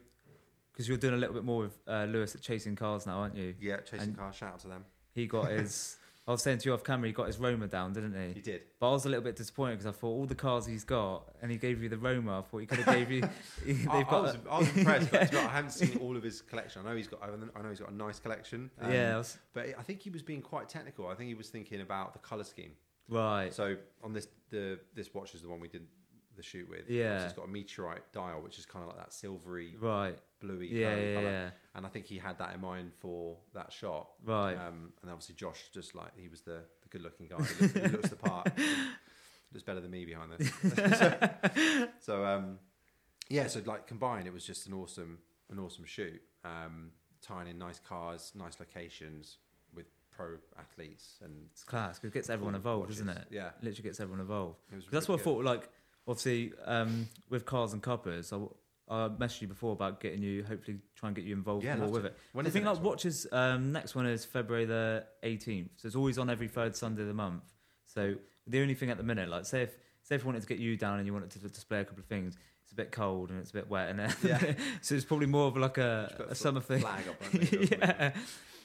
Speaker 1: because you're doing a little bit more with uh, Lewis at chasing cars now, aren't you?
Speaker 2: Yeah, chasing
Speaker 1: and-
Speaker 2: car. Shout out to them.
Speaker 1: He
Speaker 2: [laughs]
Speaker 1: got his. I was saying to you off camera, he got his Roma down, didn't
Speaker 2: You
Speaker 1: he? [laughs]
Speaker 2: did.
Speaker 1: But I was a little bit disappointed because I thought all the cars he's got, and he gave you the Roma. I thought he could have
Speaker 2: [laughs]
Speaker 1: gave you. they've
Speaker 2: I, I
Speaker 1: got
Speaker 2: was,
Speaker 1: a-
Speaker 2: I was impressed. but to be honest, I haven't seen all of his collection. I know he's got. I know he's got a nice collection.
Speaker 1: [laughs]
Speaker 2: um,
Speaker 1: yeah, I was-
Speaker 2: But I think he was being quite technical. I think he was thinking about the color scheme.
Speaker 1: right.
Speaker 2: So on this, the this watch is the one we did the shoot with.
Speaker 1: Yeah.
Speaker 2: it's got a meteorite dial, which is kind of like that silvery,
Speaker 1: Right.
Speaker 2: bluey,
Speaker 1: Yeah,
Speaker 2: curly
Speaker 1: yeah,
Speaker 2: color.
Speaker 1: yeah.
Speaker 2: And I think he had that in mind for that shot.
Speaker 1: Right.
Speaker 2: Um, and obviously Josh, just like he was the, the good-looking guy, he looks, he looks
Speaker 1: [laughs]
Speaker 2: the part. Looks better than me behind this. [laughs] so, so, um, yeah, so like combined, it was just an awesome, an awesome shoot. Um, tying in nice cars, nice locations with pro athletes, and
Speaker 1: It's class 'cause it gets everyone
Speaker 2: cool
Speaker 1: involved, doesn't
Speaker 2: watches.
Speaker 1: it?
Speaker 2: Yeah,
Speaker 1: Literally gets everyone involved.
Speaker 2: it was
Speaker 1: That's
Speaker 2: really
Speaker 1: what I
Speaker 2: good.
Speaker 1: thought. Like, obviously, um, with cars and coppers, I, I messaged you before about getting you, hopefully, try and get you involved
Speaker 2: Yeah, I'd
Speaker 1: more
Speaker 2: love
Speaker 1: with
Speaker 2: to.
Speaker 1: it.
Speaker 2: When
Speaker 1: I
Speaker 2: is the
Speaker 1: think like
Speaker 2: next one?
Speaker 1: watches. Um, next one is February the eighteenth, so it's always on every third Sunday of the month. So the only thing at the minute, like, say if say if we wanted to get you down and you wanted to d- display a couple of things, it's a bit cold and it's a bit wet, and
Speaker 2: Yeah.
Speaker 1: [laughs] so it's probably more of like
Speaker 2: Just put
Speaker 1: a,
Speaker 2: a
Speaker 1: a
Speaker 2: fl-
Speaker 1: summer thing.
Speaker 2: flag up.
Speaker 1: [laughs]
Speaker 2: on it, or something.
Speaker 1: yeah,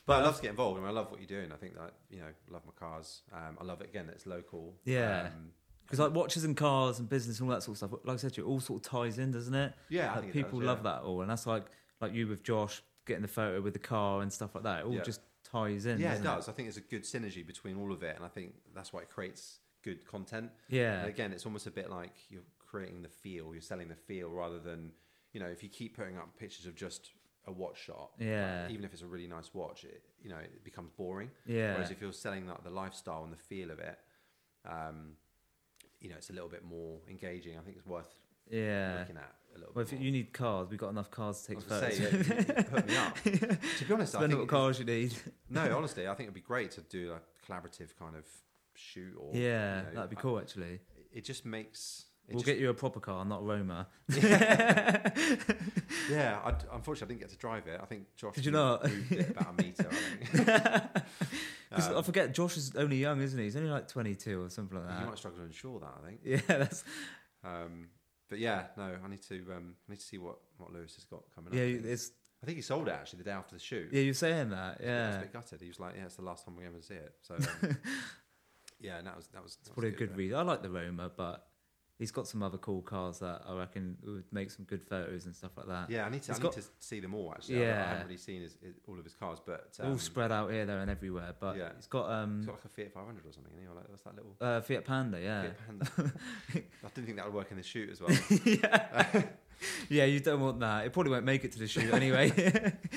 Speaker 2: But I
Speaker 1: But-
Speaker 2: love to get involved. I mean, I love what you're doing. I think that you know, I love my cars. Um, I love it again. that It's local.
Speaker 1: Yeah.
Speaker 2: um,
Speaker 1: because like watches and cars and business and all that sort of stuff. Like I said, to you, it all sort of ties in, doesn't it?
Speaker 2: yeah. I
Speaker 1: Like,
Speaker 2: think
Speaker 1: people
Speaker 2: it does,
Speaker 1: love
Speaker 2: yeah.
Speaker 1: that all, and that's like like you with Josh getting the photo with the car and stuff like that. It all
Speaker 2: Yeah.
Speaker 1: just ties in.
Speaker 2: Yeah, it
Speaker 1: doesn't
Speaker 2: does. I think it's a good synergy between all of it, and I think that's why it creates good content.
Speaker 1: Yeah,
Speaker 2: And again, it's almost a bit like you're creating the feel. You're selling the feel rather than you know, if you keep putting up pictures of just a watch shot. like,
Speaker 1: Yeah.
Speaker 2: even if it's a really nice watch, it you know it becomes boring.
Speaker 1: yeah,
Speaker 2: Whereas if you're selling like the lifestyle and the feel of it, um, you know, it's a little bit more engaging. I think it's worth
Speaker 1: Yeah.
Speaker 2: looking at a little
Speaker 1: Well, if
Speaker 2: bit. more.
Speaker 1: you need cars, we've got enough cars to
Speaker 2: I
Speaker 1: take
Speaker 2: was gonna
Speaker 1: photos. [laughs]
Speaker 2: say, yeah, you- you put me up. To be honest,
Speaker 1: Depending
Speaker 2: I
Speaker 1: on
Speaker 2: think
Speaker 1: what cars you need.
Speaker 2: no, honestly, I think it'd be great to do like a collaborative kind of shoot or you
Speaker 1: yeah,
Speaker 2: know,
Speaker 1: that'd be
Speaker 2: I-
Speaker 1: cool actually.
Speaker 2: it just makes it
Speaker 1: We'll
Speaker 2: just,
Speaker 1: get you a proper car, not a
Speaker 2: [laughs]
Speaker 1: Roma. [laughs]
Speaker 2: yeah. I d unfortunately, I didn't get to drive it. I think Josh
Speaker 1: Did you
Speaker 2: moved-
Speaker 1: not?
Speaker 2: moved it about a meter. I
Speaker 1: [laughs]
Speaker 2: think.
Speaker 1: 'Cause
Speaker 2: Um,
Speaker 1: I forget Josh is only young, isn't he? He's only like 22 or something like
Speaker 2: You
Speaker 1: that.
Speaker 2: might struggle to insure that. I think.
Speaker 1: [laughs] Yeah, that's
Speaker 2: Um, but yeah, no, I need to um, I need to see what, what Lewis has got coming
Speaker 1: yeah.
Speaker 2: up. I think.
Speaker 1: It's
Speaker 2: I think he sold it actually the day after the shoot.
Speaker 1: yeah. You're saying that.
Speaker 2: I was a
Speaker 1: Yeah,
Speaker 2: bit gutted. He was like, "Yeah, it's the last time we ever see it." So, um,
Speaker 1: [laughs]
Speaker 2: yeah, and that was that was.
Speaker 1: it's probably a good reason. I like the Roma, but he's got some other cool cars that I reckon would make some good photos and stuff like that.
Speaker 2: Yeah, I need to. I
Speaker 1: It's
Speaker 2: need
Speaker 1: got-
Speaker 2: to see them all actually. Yeah, I,
Speaker 1: Yeah.
Speaker 2: haven't really seen his, his- all of his cars, but um,
Speaker 1: all spread out here, there, and everywhere. But
Speaker 2: yeah.
Speaker 1: it's got um
Speaker 2: he's got like a Fiat 500 or something. You know, like that's that little
Speaker 1: uh, Fiat Panda. Yeah,
Speaker 2: Fiat
Speaker 1: [laughs]
Speaker 2: Panda. I didn't think that would work in the shoot as well.
Speaker 1: Yeah, you don't want that. It probably won't make it to the shoot anyway.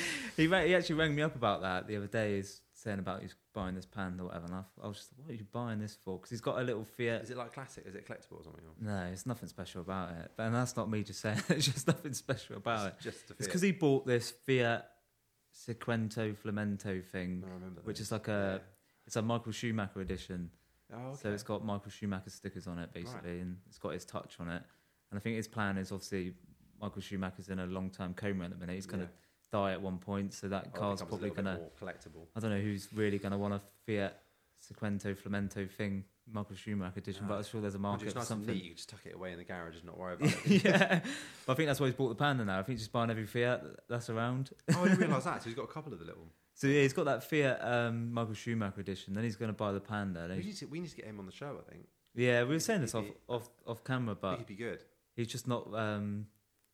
Speaker 1: [laughs] he, ra- he actually rang me up about that the other day. He's saying about he's buying this panda or whatever. And I, I was just like, what are you buying this for? Because he's got a little Fiat.
Speaker 2: Is it like classic? Is it collectible or something? Or
Speaker 1: No, it's nothing special about it. And that's not me just saying [laughs] it. It's just nothing special about it.
Speaker 2: it's just a
Speaker 1: It's
Speaker 2: Fiat.
Speaker 1: because he bought this Fiat Sequento Flamento thing,
Speaker 2: No, I remember.
Speaker 1: which
Speaker 2: that.
Speaker 1: is like a it's a Michael Schumacher edition.
Speaker 2: Yeah. oh, okay.
Speaker 1: So it's got Michael Schumacher stickers on it, basically, and it's got his touch on it. And I think his plan is obviously Michael Schumacher's in a long term coma at the minute. He's going to
Speaker 2: Yeah.
Speaker 1: die at one point, so that
Speaker 2: Oh,
Speaker 1: car's
Speaker 2: it becomes a
Speaker 1: probably
Speaker 2: little
Speaker 1: going to.
Speaker 2: bit more collectible.
Speaker 1: I don't know who's really going to want a Fiat Sequento Flamento thing, Michael Schumacher edition,
Speaker 2: No.
Speaker 1: but I'm sure there's a
Speaker 2: Mind you,
Speaker 1: market
Speaker 2: Ah. It's
Speaker 1: for
Speaker 2: nice and neat.
Speaker 1: something.
Speaker 2: You can just tuck it away in the garage and not
Speaker 1: [laughs]
Speaker 2: worry about it.
Speaker 1: yeah, but I think that's why he's bought the Panda now. I think he's just buying every Fiat that's around.
Speaker 2: Oh, I didn't realise that. So he's got a couple of the little.
Speaker 1: So yeah, he's got that Fiat um, Michael Schumacher edition. Then he's going to buy the Panda. Then
Speaker 2: We
Speaker 1: he's-
Speaker 2: need, to, we need to get him on the show. I think.
Speaker 1: yeah, we were
Speaker 2: He'd-
Speaker 1: saying this
Speaker 2: he'd
Speaker 1: off,
Speaker 2: be-
Speaker 1: off off camera,
Speaker 2: I
Speaker 1: but
Speaker 2: think he'd be good.
Speaker 1: He's just not. Um,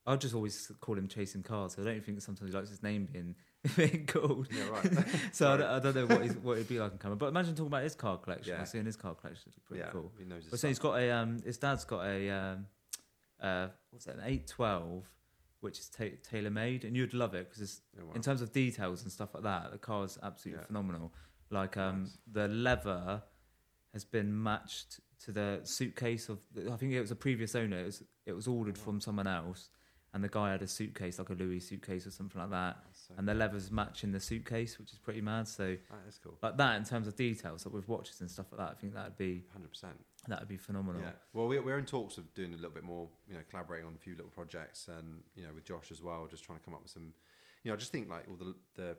Speaker 1: I just always call him chasing cars. I don't think sometimes he likes his name being [laughs] being called.
Speaker 2: [laughs]
Speaker 1: [laughs]
Speaker 2: Yeah, right.
Speaker 1: So I
Speaker 2: Sorry.
Speaker 1: don't, I don't know what he's, what it'd be like in camera. But imagine talking about his car collection.
Speaker 2: Yeah.
Speaker 1: I've seen his car collection. It'd be pretty
Speaker 2: yeah,
Speaker 1: cool.
Speaker 2: he knows his
Speaker 1: But so he's
Speaker 2: stuff.
Speaker 1: got a. Um, his dad's got a. Um, uh, what's that? An eight twelve, which is ta- tailor made, and you'd love it because it's
Speaker 2: Oh, wow.
Speaker 1: in terms of details and stuff like that, the car is absolutely
Speaker 2: Yeah.
Speaker 1: phenomenal. Like um,
Speaker 2: Nice.
Speaker 1: the leather has been matched to the suitcase of I think it was a previous owner. It was, it was ordered from someone else, and the guy had a suitcase like a Louis suitcase or something like that,
Speaker 2: That's Ah, so-
Speaker 1: and the leathers matching the suitcase, which is pretty mad. So
Speaker 2: that is cool.
Speaker 1: like that in terms of details, like with watches and stuff like that, I think that'd be
Speaker 2: Hundred percent.
Speaker 1: that'd be phenomenal.
Speaker 2: Yeah. Well, we, we're in talks of doing a little bit more, you know, collaborating on a few little projects, and you know, with Josh as well, just trying to come up with some, you know, I just think like all the the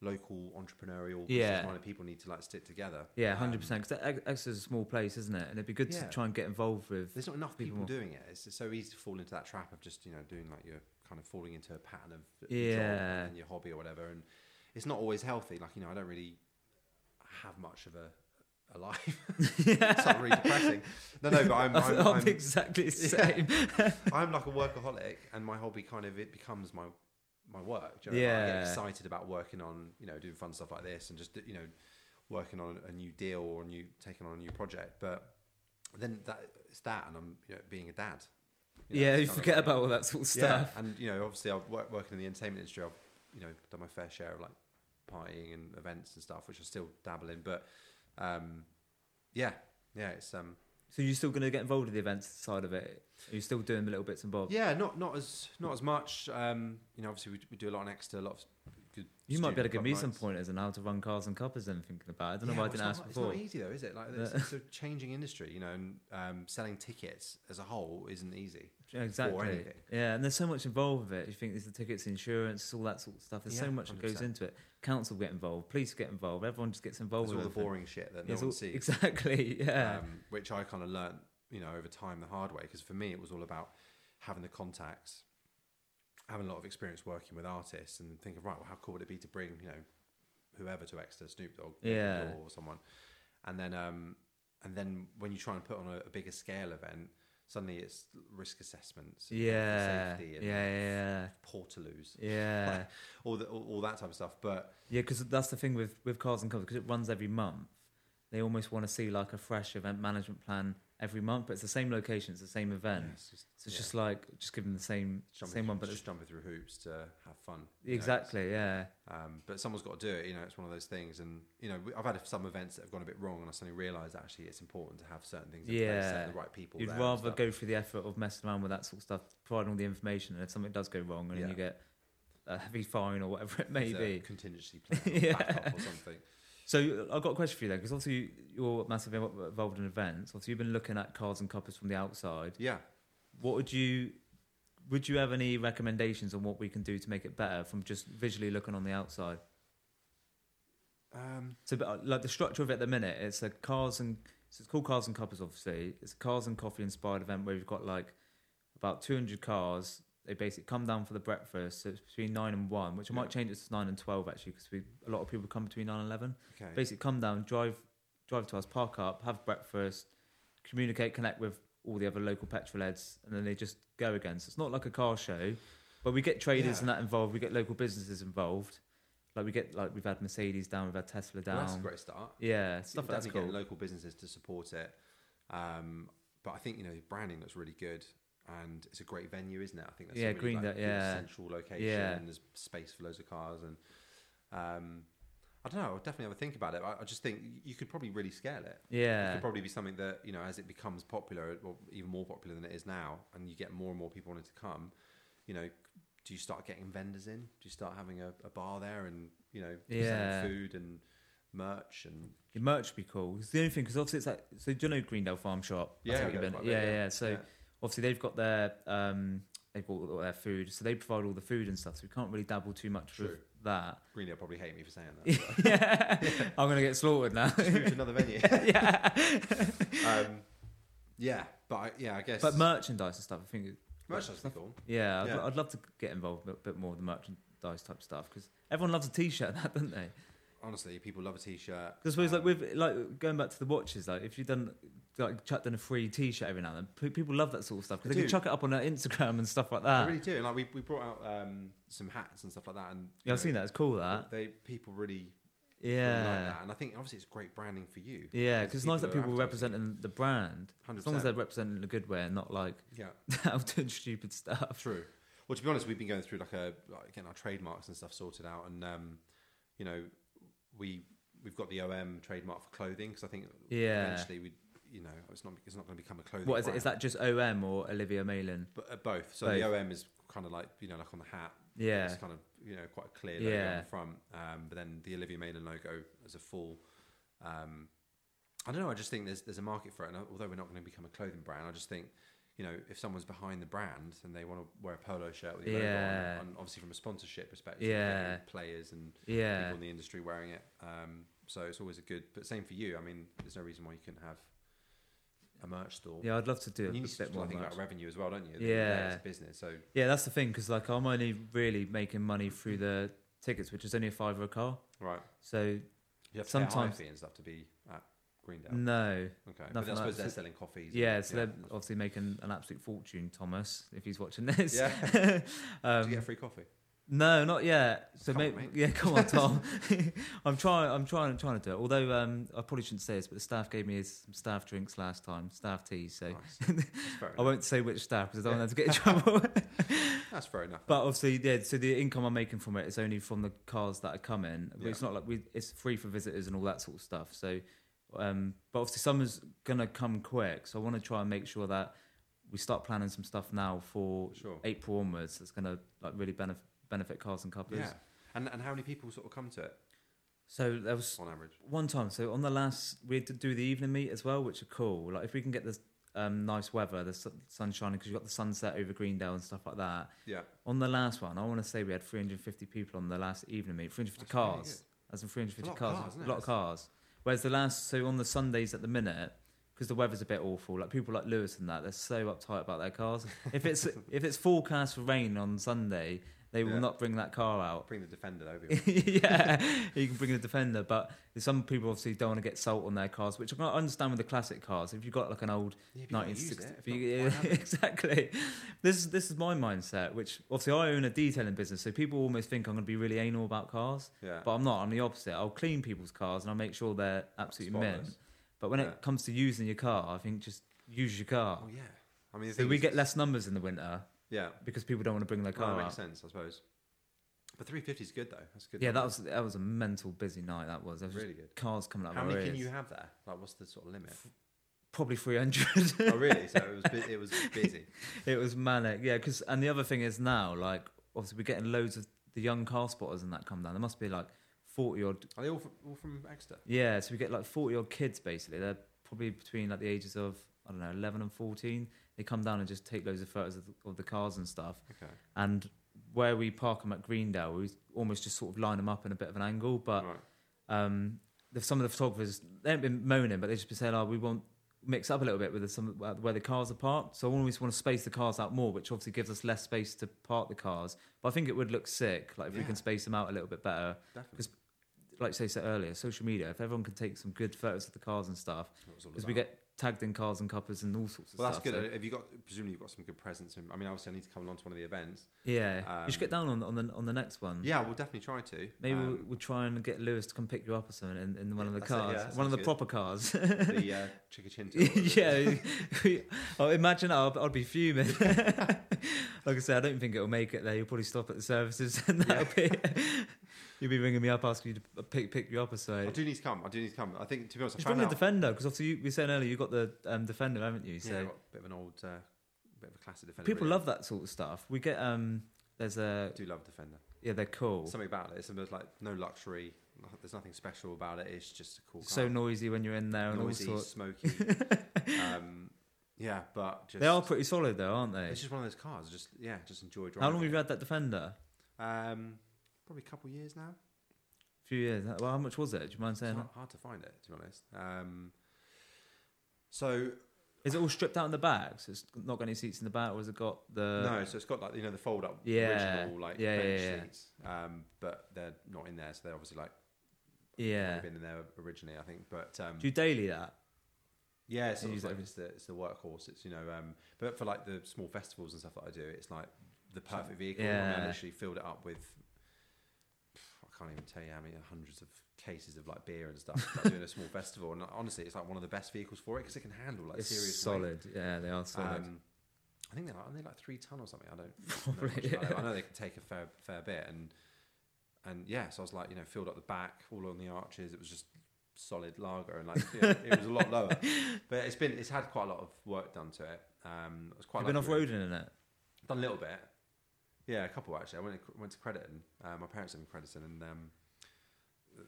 Speaker 2: local entrepreneurial,
Speaker 1: Yeah.
Speaker 2: minded people need to like stick together.
Speaker 1: Yeah,
Speaker 2: Um,
Speaker 1: hundred percent. Because Exeter's a small place, isn't it? And it'd be good
Speaker 2: Yeah.
Speaker 1: to try and get involved with.
Speaker 2: There's not enough
Speaker 1: People
Speaker 2: people,
Speaker 1: more.
Speaker 2: doing it. It's so easy to fall into that trap of just you know doing like you're kind of falling into a pattern of a job
Speaker 1: Yeah.
Speaker 2: and your hobby or whatever, and it's not always healthy. Like you know, I don't really have much of a a life. it's not really
Speaker 1: [laughs]
Speaker 2: depressing. No, no, but I'm
Speaker 1: I'm,
Speaker 2: I'm, I'm,
Speaker 1: exactly the
Speaker 2: [laughs] Yeah.
Speaker 1: same.
Speaker 2: I'm like a workaholic, and my hobby kind of it becomes my my work. Do you know? I
Speaker 1: Yeah.
Speaker 2: get excited about working on you know doing fun stuff like this, and just you know working on a new deal or a new taking on a new project. But then that it's that, and I'm you know, being a dad. know,
Speaker 1: yeah,
Speaker 2: it's
Speaker 1: you
Speaker 2: kind of
Speaker 1: forget
Speaker 2: like-
Speaker 1: about all that sort of stuff.
Speaker 2: Yeah, and you know obviously I've worked working in the entertainment industry. I've you know done my fair share of like partying and events and stuff, which I still dabble in. But um, yeah, yeah, it's um,
Speaker 1: So you're still going to get involved with the events side of it. Are you still doing the little bits and bobs?
Speaker 2: Yeah, not not as not as much. Um, you know, obviously we, we do a lot on Exeter, a lot of good.
Speaker 1: you might be able to
Speaker 2: student
Speaker 1: give
Speaker 2: club
Speaker 1: me some
Speaker 2: nights.
Speaker 1: pointers on how to run cars and cuppers and thinking about. it. I don't know
Speaker 2: Yeah,
Speaker 1: why I
Speaker 2: well,
Speaker 1: didn't
Speaker 2: it's
Speaker 1: ask
Speaker 2: not,
Speaker 1: before.
Speaker 2: It's not easy though, is it? Like
Speaker 1: [laughs]
Speaker 2: it's, it's a changing industry, you know, and um, selling tickets as a whole isn't easy.
Speaker 1: Yeah, exactly.
Speaker 2: anything.
Speaker 1: Yeah, and there's so much involved with it. You think there's the tickets, insurance, all that sort of stuff. There's
Speaker 2: Yeah,
Speaker 1: so much that goes
Speaker 2: 100%.
Speaker 1: into it. Council get involved, police get involved, everyone just gets involved
Speaker 2: There's all
Speaker 1: with
Speaker 2: the
Speaker 1: everything.
Speaker 2: boring shit that no
Speaker 1: It's
Speaker 2: one
Speaker 1: all- [laughs]
Speaker 2: sees,
Speaker 1: Exactly. Yeah.
Speaker 2: um, which I kind of learnt, you know, over time the hard way. Because for me, it was all about having the contacts, having a lot of experience working with artists, and thinking, right, well, how cool would it be to bring, you know, whoever to Exeter, Snoop Dogg,
Speaker 1: Yeah.
Speaker 2: Dogg or someone, and then um, and then when you try and put on a, a bigger scale event, suddenly it's risk assessments, and health
Speaker 1: yeah.
Speaker 2: and safety,
Speaker 1: yeah.
Speaker 2: and
Speaker 1: Yeah.
Speaker 2: portaloos,
Speaker 1: Yeah. Yeah.
Speaker 2: all, the, all all that type of stuff. But
Speaker 1: Yeah, because that's the thing with with cars and covers because it runs every month. They almost want to see like a fresh event management plan every month, but it's the same location, it's the same event.
Speaker 2: it's just,
Speaker 1: So it's
Speaker 2: yeah,
Speaker 1: just like just give them the same
Speaker 2: jumping,
Speaker 1: same one, but
Speaker 2: just
Speaker 1: it's
Speaker 2: jumping through hoops to have fun. you know, it's-
Speaker 1: exactly yeah.
Speaker 2: Um, but someone's got to do it. You know, it's one of those things. And you know, we- I've had some events that have gone a bit wrong, and I suddenly realised actually it's important to have certain things in place,
Speaker 1: Yeah.
Speaker 2: certain the right people.
Speaker 1: You'd
Speaker 2: there and
Speaker 1: rather
Speaker 2: stuff.
Speaker 1: go through the effort of messing around with that sort of stuff, providing all the information, and if something does go wrong, and
Speaker 2: Yeah.
Speaker 1: you get a heavy fine or whatever it may
Speaker 2: There's a
Speaker 1: be.
Speaker 2: contingency plan, or
Speaker 1: [laughs] Yeah.
Speaker 2: backup or something.
Speaker 1: So I've got a question for you then, because obviously you're massively involved in events. Obviously, you've been looking at cards and cuppers from the outside.
Speaker 2: Yeah.
Speaker 1: What would you would you have any recommendations on what we can do to make it better from just visually looking on the outside?
Speaker 2: Um,
Speaker 1: So, but, uh, like the structure of it at the minute, it's a cars and so it's called Cars and Coppers. Obviously, it's a cars and coffee inspired event where we've got like about two hundred cars. They basically come down for the breakfast. So it's between nine and one, which I
Speaker 2: Yeah.
Speaker 1: might change it to nine and twelve actually, because we a lot of people come between nine and eleven.
Speaker 2: okay.
Speaker 1: Basically, come down, drive, drive to us, park up, have breakfast, communicate, connect with all the other local petrol heads, and then they just go again. So it's not like a car show, but we get traders
Speaker 2: Yeah.
Speaker 1: and that involved. We get local businesses involved. Like we get like we've had Mercedes down, we've had Tesla down.
Speaker 2: Well, that's a great start.
Speaker 1: Yeah, stuff like that's
Speaker 2: Definitely
Speaker 1: cool.
Speaker 2: getting local businesses to support it. Um, but I think you know branding looks really good, and it's a great venue, isn't it? I think that's a
Speaker 1: Yeah,
Speaker 2: really,
Speaker 1: Green
Speaker 2: like,
Speaker 1: Dot,
Speaker 2: good
Speaker 1: yeah.
Speaker 2: central location,
Speaker 1: Yeah.
Speaker 2: and there's space for loads of cars, and um, I don't know. I'll definitely have a think about it. I, I just think you could probably really scale it. It
Speaker 1: Yeah,
Speaker 2: could probably be something that you know as it becomes popular, or even more popular than it is now, and you get more and more people wanting to come. You know, do you start getting vendors in? Do you start having a, a bar there, and you know,
Speaker 1: Yeah.
Speaker 2: selling food and merch and
Speaker 1: the merch would be cool. 'Cause the only thing, because obviously it's like, so do you know Greendale Farm Shop? I
Speaker 2: Yeah,
Speaker 1: think
Speaker 2: I
Speaker 1: you've
Speaker 2: go
Speaker 1: been-
Speaker 2: quite a bit,
Speaker 1: yeah, yeah,
Speaker 2: yeah.
Speaker 1: So
Speaker 2: Yeah.
Speaker 1: obviously they've got their um, they've got all their food, so they provide all the food and stuff. So we can't really dabble too much with
Speaker 2: True.
Speaker 1: that.
Speaker 2: Greendale probably hate me for saying
Speaker 1: [laughs]
Speaker 2: that.
Speaker 1: yeah. I'm gonna get slaughtered now.
Speaker 2: Just move to another venue.
Speaker 1: [laughs] yeah,
Speaker 2: um, yeah, but I, yeah, I guess.
Speaker 1: but merchandise and stuff. I think. it-
Speaker 2: merchandise would be cool.
Speaker 1: Yeah, I'd,
Speaker 2: Yeah.
Speaker 1: I'd love to get involved a bit more with the merchandise type stuff because everyone loves a t-shirt, [laughs] that don't they?
Speaker 2: Honestly, people love a t-shirt.
Speaker 1: Because I suppose, like
Speaker 2: Um,
Speaker 1: with like going back to the watches, like if you've done like chucked in a free T-shirt every now and then, pe- people love that sort of stuff because they can
Speaker 2: do.
Speaker 1: chuck it up on their Instagram and stuff like
Speaker 2: I
Speaker 1: that.
Speaker 2: really do. And like we, we brought out um, some hats and stuff like that. And
Speaker 1: yeah, I've seen that. It's cool that.
Speaker 2: They people really, really like
Speaker 1: Yeah,
Speaker 2: that. And I think obviously it's great branding for you.
Speaker 1: yeah.
Speaker 2: Because
Speaker 1: Because it's nice that
Speaker 2: people are
Speaker 1: people are
Speaker 2: advertising.
Speaker 1: representing the brand,
Speaker 2: Hundred
Speaker 1: as long as they're
Speaker 2: percent.
Speaker 1: representing in a good way and not like [laughs]
Speaker 2: Yeah,
Speaker 1: out doing stupid stuff.
Speaker 2: true. Well, to be honest, we've been going through like a like getting our trademarks and stuff sorted out, and um, you know, we we've got the OM trademark for clothing because I think
Speaker 1: Yeah.
Speaker 2: eventually we, you know, it's not it's not going to become a clothing.
Speaker 1: What is it? Is
Speaker 2: brand.
Speaker 1: that just OM or Olivia Malin?
Speaker 2: But, uh, both. So the
Speaker 1: Both.
Speaker 2: OM is kind of like you know, like on the hat.
Speaker 1: Yeah,
Speaker 2: It's kind of you know quite a clear logo
Speaker 1: Yeah.
Speaker 2: on the front. Um, but then the Olivia Maylin logo as a full. Um, I don't know. I just think there's there's a market for it. And although we're not going to become a clothing brand, I just think you know if someone's behind the brand and they want to wear a polo shirt with your
Speaker 1: Yeah.
Speaker 2: logo on, and obviously from a sponsorship perspective, you
Speaker 1: Yeah.
Speaker 2: know, players and
Speaker 1: yeah.
Speaker 2: people in the industry wearing it. Um, so it's always a good. But same for you. I mean, there's no reason why you couldn't have a merch store.
Speaker 1: Yeah, I'd love to do a
Speaker 2: And you need to
Speaker 1: bit
Speaker 2: start
Speaker 1: more.
Speaker 2: thinking
Speaker 1: merch.
Speaker 2: about revenue as well, don't you? At the end of the day,
Speaker 1: Yeah.
Speaker 2: it's a business. So
Speaker 1: Yeah, that's the thing because like I'm only really making money through the tickets, which is only a fiver a car.
Speaker 2: right,
Speaker 1: So
Speaker 2: you have to Sometimes. pay a high
Speaker 1: Sometimes-
Speaker 2: fee and stuff to be at Greendale.
Speaker 1: no,
Speaker 2: okay, but
Speaker 1: nothing
Speaker 2: I
Speaker 1: like-
Speaker 2: suppose they're selling coffees. and-
Speaker 1: yeah, so
Speaker 2: [laughs]
Speaker 1: they're
Speaker 2: Do
Speaker 1: obviously making an absolute fortune, Thomas, if he's watching [laughs] this.
Speaker 2: Yeah. you
Speaker 1: um,
Speaker 2: get a free coffee?
Speaker 1: no, not yet. So
Speaker 2: Come on,
Speaker 1: maybe,
Speaker 2: mate.
Speaker 1: yeah, come
Speaker 2: [laughs]
Speaker 1: on, Tom. [laughs] I'm trying. I'm trying. I'm trying to do it. Although um, I probably shouldn't say this, but the staff gave me his, some staff drinks last time, staff teas. So
Speaker 2: Nice.
Speaker 1: [laughs]
Speaker 2: That's fair
Speaker 1: I
Speaker 2: enough.
Speaker 1: won't say which staff because I don't want them to get in
Speaker 2: [laughs]
Speaker 1: trouble.
Speaker 2: That's fair enough.
Speaker 1: But obviously, yeah. So the income I'm making from it is only from the cars that are coming. But It's not like we. It's free for visitors and all that sort of stuff. So, um, but obviously, summer's gonna come quick. So I want to try and make sure that we start planning some stuff now for
Speaker 2: Sure.
Speaker 1: April onwards. That's gonna like really benefit benefit cars and couplers.
Speaker 2: yeah, and and how many people sort of come to it
Speaker 1: So there was
Speaker 2: on average?
Speaker 1: one time. So on the last, we had to do the evening meet as well, which are cool. Like if we can get the um, nice weather, the sun, sun shining because you've got the sunset over Greendale and stuff like that.
Speaker 2: Yeah,
Speaker 1: On the last one, I want to say we had 350 people on the last evening meet. 350
Speaker 2: That's really
Speaker 1: cars.
Speaker 2: good.
Speaker 1: That's in 350
Speaker 2: It's a lot
Speaker 1: cars.
Speaker 2: of cars, isn't
Speaker 1: a
Speaker 2: it?
Speaker 1: lot of cars. Whereas the last, so on the Sundays at the minute, because the weather's a bit awful, like people like Lewis and that, they're so uptight about their
Speaker 2: [laughs]
Speaker 1: cars. If it's if it's forecast for rain on Sunday, they will
Speaker 2: Yeah.
Speaker 1: not bring that car
Speaker 2: [laughs]
Speaker 1: out.
Speaker 2: bring the defender over. here.
Speaker 1: yeah, you can bring the Defender, but some people obviously don't want to get salt on their cars, which I can understand with the classic cars. If you've got like an old
Speaker 2: Yeah, if you can't use
Speaker 1: 1960.
Speaker 2: it, if
Speaker 1: you-
Speaker 2: not, why
Speaker 1: [laughs] yeah,
Speaker 2: have it?
Speaker 1: exactly. This is this is my mindset, which obviously I own a detailing business, so people almost think I'm going to be really anal about cars,
Speaker 2: Yeah,
Speaker 1: but I'm not. I'm the opposite. I'll clean people's cars and I'll make sure they're absolutely mint.
Speaker 2: Spotless.
Speaker 1: But when
Speaker 2: Yeah.
Speaker 1: it comes to using your car, I think just use your car.
Speaker 2: Oh yeah. I mean, the
Speaker 1: So
Speaker 2: thing
Speaker 1: we
Speaker 2: is-
Speaker 1: get less numbers in the winter
Speaker 2: Yeah,
Speaker 1: because people don't want to bring their
Speaker 2: well,
Speaker 1: car
Speaker 2: that
Speaker 1: out.
Speaker 2: makes sense, I suppose. But 350 is good though. That's good.
Speaker 1: Yeah, that
Speaker 2: numbers.
Speaker 1: was that was a mental busy night. That was. There was just
Speaker 2: really good.
Speaker 1: cars coming out.
Speaker 2: How
Speaker 1: of
Speaker 2: many
Speaker 1: our
Speaker 2: can
Speaker 1: ears.
Speaker 2: you have there? Like, what's the sort of limit?
Speaker 1: Probably three hundred.
Speaker 2: oh, really? So it was bu- it was busy.
Speaker 1: It was manic, yeah. Because and the other thing is now, like obviously we're getting loads of the young car spotters and that come down. There must be like forty odd,
Speaker 2: Are they all from, all from Exeter?
Speaker 1: yeah. So we get like forty odd kids basically. They're probably between like the ages of I don't know eleven and fourteen. They come down and just take loads of photos of the, of the cars and stuff.
Speaker 2: Okay.
Speaker 1: And where we park them at Greendale, we almost just sort of line them up in a bit of an angle, but
Speaker 2: right.
Speaker 1: um, the, some of the photographers they haven't been moaning, but they just been saying, "Oh, we want mix up a little bit with the, some uh, where the cars are parked." So I always want to space the cars out more, which obviously gives us less space to park the cars. But I think it would look sick, like if we
Speaker 2: Yeah.
Speaker 1: can space them out a little bit better.
Speaker 2: Definitely.
Speaker 1: 'Cause Like say said earlier, social media. If everyone can take some good photos of the cars and stuff,
Speaker 2: That was all
Speaker 1: because we
Speaker 2: about.
Speaker 1: get tagged in cars and cuppers and all sorts of
Speaker 2: Well, that's
Speaker 1: stuff.
Speaker 2: good. eh?
Speaker 1: so-
Speaker 2: Have you got? Presumably, you've got some good presents. In, I mean, obviously, I need to come along to one of the events.
Speaker 1: yeah, you should get
Speaker 2: Um,
Speaker 1: down on on the on the next one.
Speaker 2: Yeah, we'll definitely try to.
Speaker 1: Mm. Maybe we'll,
Speaker 2: um,
Speaker 1: we'll try and get Lewis to come pick you up or something in, in one
Speaker 2: Yeah,
Speaker 1: of the
Speaker 2: that's it, yeah,
Speaker 1: cars,
Speaker 2: that
Speaker 1: one of
Speaker 2: sounds
Speaker 1: the
Speaker 2: good.
Speaker 1: proper cars. [laughs]
Speaker 2: the uh, [laughs] Chickachinta or whatever it is.
Speaker 1: yeah, we- [laughs] oh, imagine I'll, I'll be fuming. [laughs] like I said, I don't think it'll make it there. You'll probably stop at the services, and that'll be. [laughs] You'll be ringing me up asking you to pick pick you up or so.
Speaker 2: I do need to come. I do need to come. I think to be honest,
Speaker 1: Just
Speaker 2: I
Speaker 1: bring
Speaker 2: found
Speaker 1: the
Speaker 2: out.
Speaker 1: defender because obviously you, we said earlier you got the um, defender, haven't you?
Speaker 2: yeah, I've
Speaker 1: So
Speaker 2: got a bit of an old, uh, bit of a classic defender.
Speaker 1: people
Speaker 2: really.
Speaker 1: love that sort of stuff. We get um, there's a
Speaker 2: I do love defender.
Speaker 1: yeah, they're cool.
Speaker 2: Something about it. It's almost like no luxury. no- There's nothing special about it. It's just a cool.
Speaker 1: So
Speaker 2: car.
Speaker 1: noisy when you're in there and
Speaker 2: noisy,
Speaker 1: all sorts. [laughs]
Speaker 2: smoky. um, yeah, but just
Speaker 1: They are pretty solid though, aren't they?
Speaker 2: It's just one of those cars. Just yeah, just enjoy driving.
Speaker 1: How long have you
Speaker 2: it.
Speaker 1: had that defender?
Speaker 2: Um, probably a couple of years now.
Speaker 1: A few years. Well, how much was it? Do you mind
Speaker 2: It's
Speaker 1: saying?
Speaker 2: hard, hard to find it, to be honest. Um, so
Speaker 1: Is it all stripped out in the back? So it's not got any seats in the back, or has it got the?
Speaker 2: no, so it's got like you know the fold up
Speaker 1: Uh, Yeah,
Speaker 2: original like
Speaker 1: yeah, yeah,
Speaker 2: bench
Speaker 1: yeah.
Speaker 2: seats, um, but they're not in there, so they're obviously like
Speaker 1: Yeah.
Speaker 2: been in there originally, I think. But um,
Speaker 1: Do you daily that?
Speaker 2: yeah, it's,
Speaker 1: you
Speaker 2: sort
Speaker 1: use
Speaker 2: of
Speaker 1: that
Speaker 2: like
Speaker 1: every-
Speaker 2: it's the it's the workhorse. It's you know, um, but for like the small festivals and stuff that I do, it's like the perfect vehicle. I, mean, I
Speaker 1: Yeah.
Speaker 2: literally filled it up with. I can't even tell you how many hundreds of cases of like beer and stuff like, doing a small [laughs] festival, and honestly, it's like one of the best vehicles for it because it can handle like
Speaker 1: it's
Speaker 2: serious weight.
Speaker 1: solid. Yeah, they are solid. [laughs]
Speaker 2: Um, I think they're like, aren't they like three ton or something? I don't know much
Speaker 1: Probably.
Speaker 2: about it. I know they can take a fair fair bit, and and yeah, so I was like, you know, filled up the back, all on the arches. It was just solid lager, and like you know, it was a
Speaker 1: [laughs]
Speaker 2: lot lower. But it's been it's had quite a lot of work done to it. Um, it was quite.
Speaker 1: You've been off
Speaker 2: lucky, really.
Speaker 1: roading in it.
Speaker 2: Done a little bit. Yeah, a couple actually. I went went to Crediton. Uh, my parents live in Crediton, and um,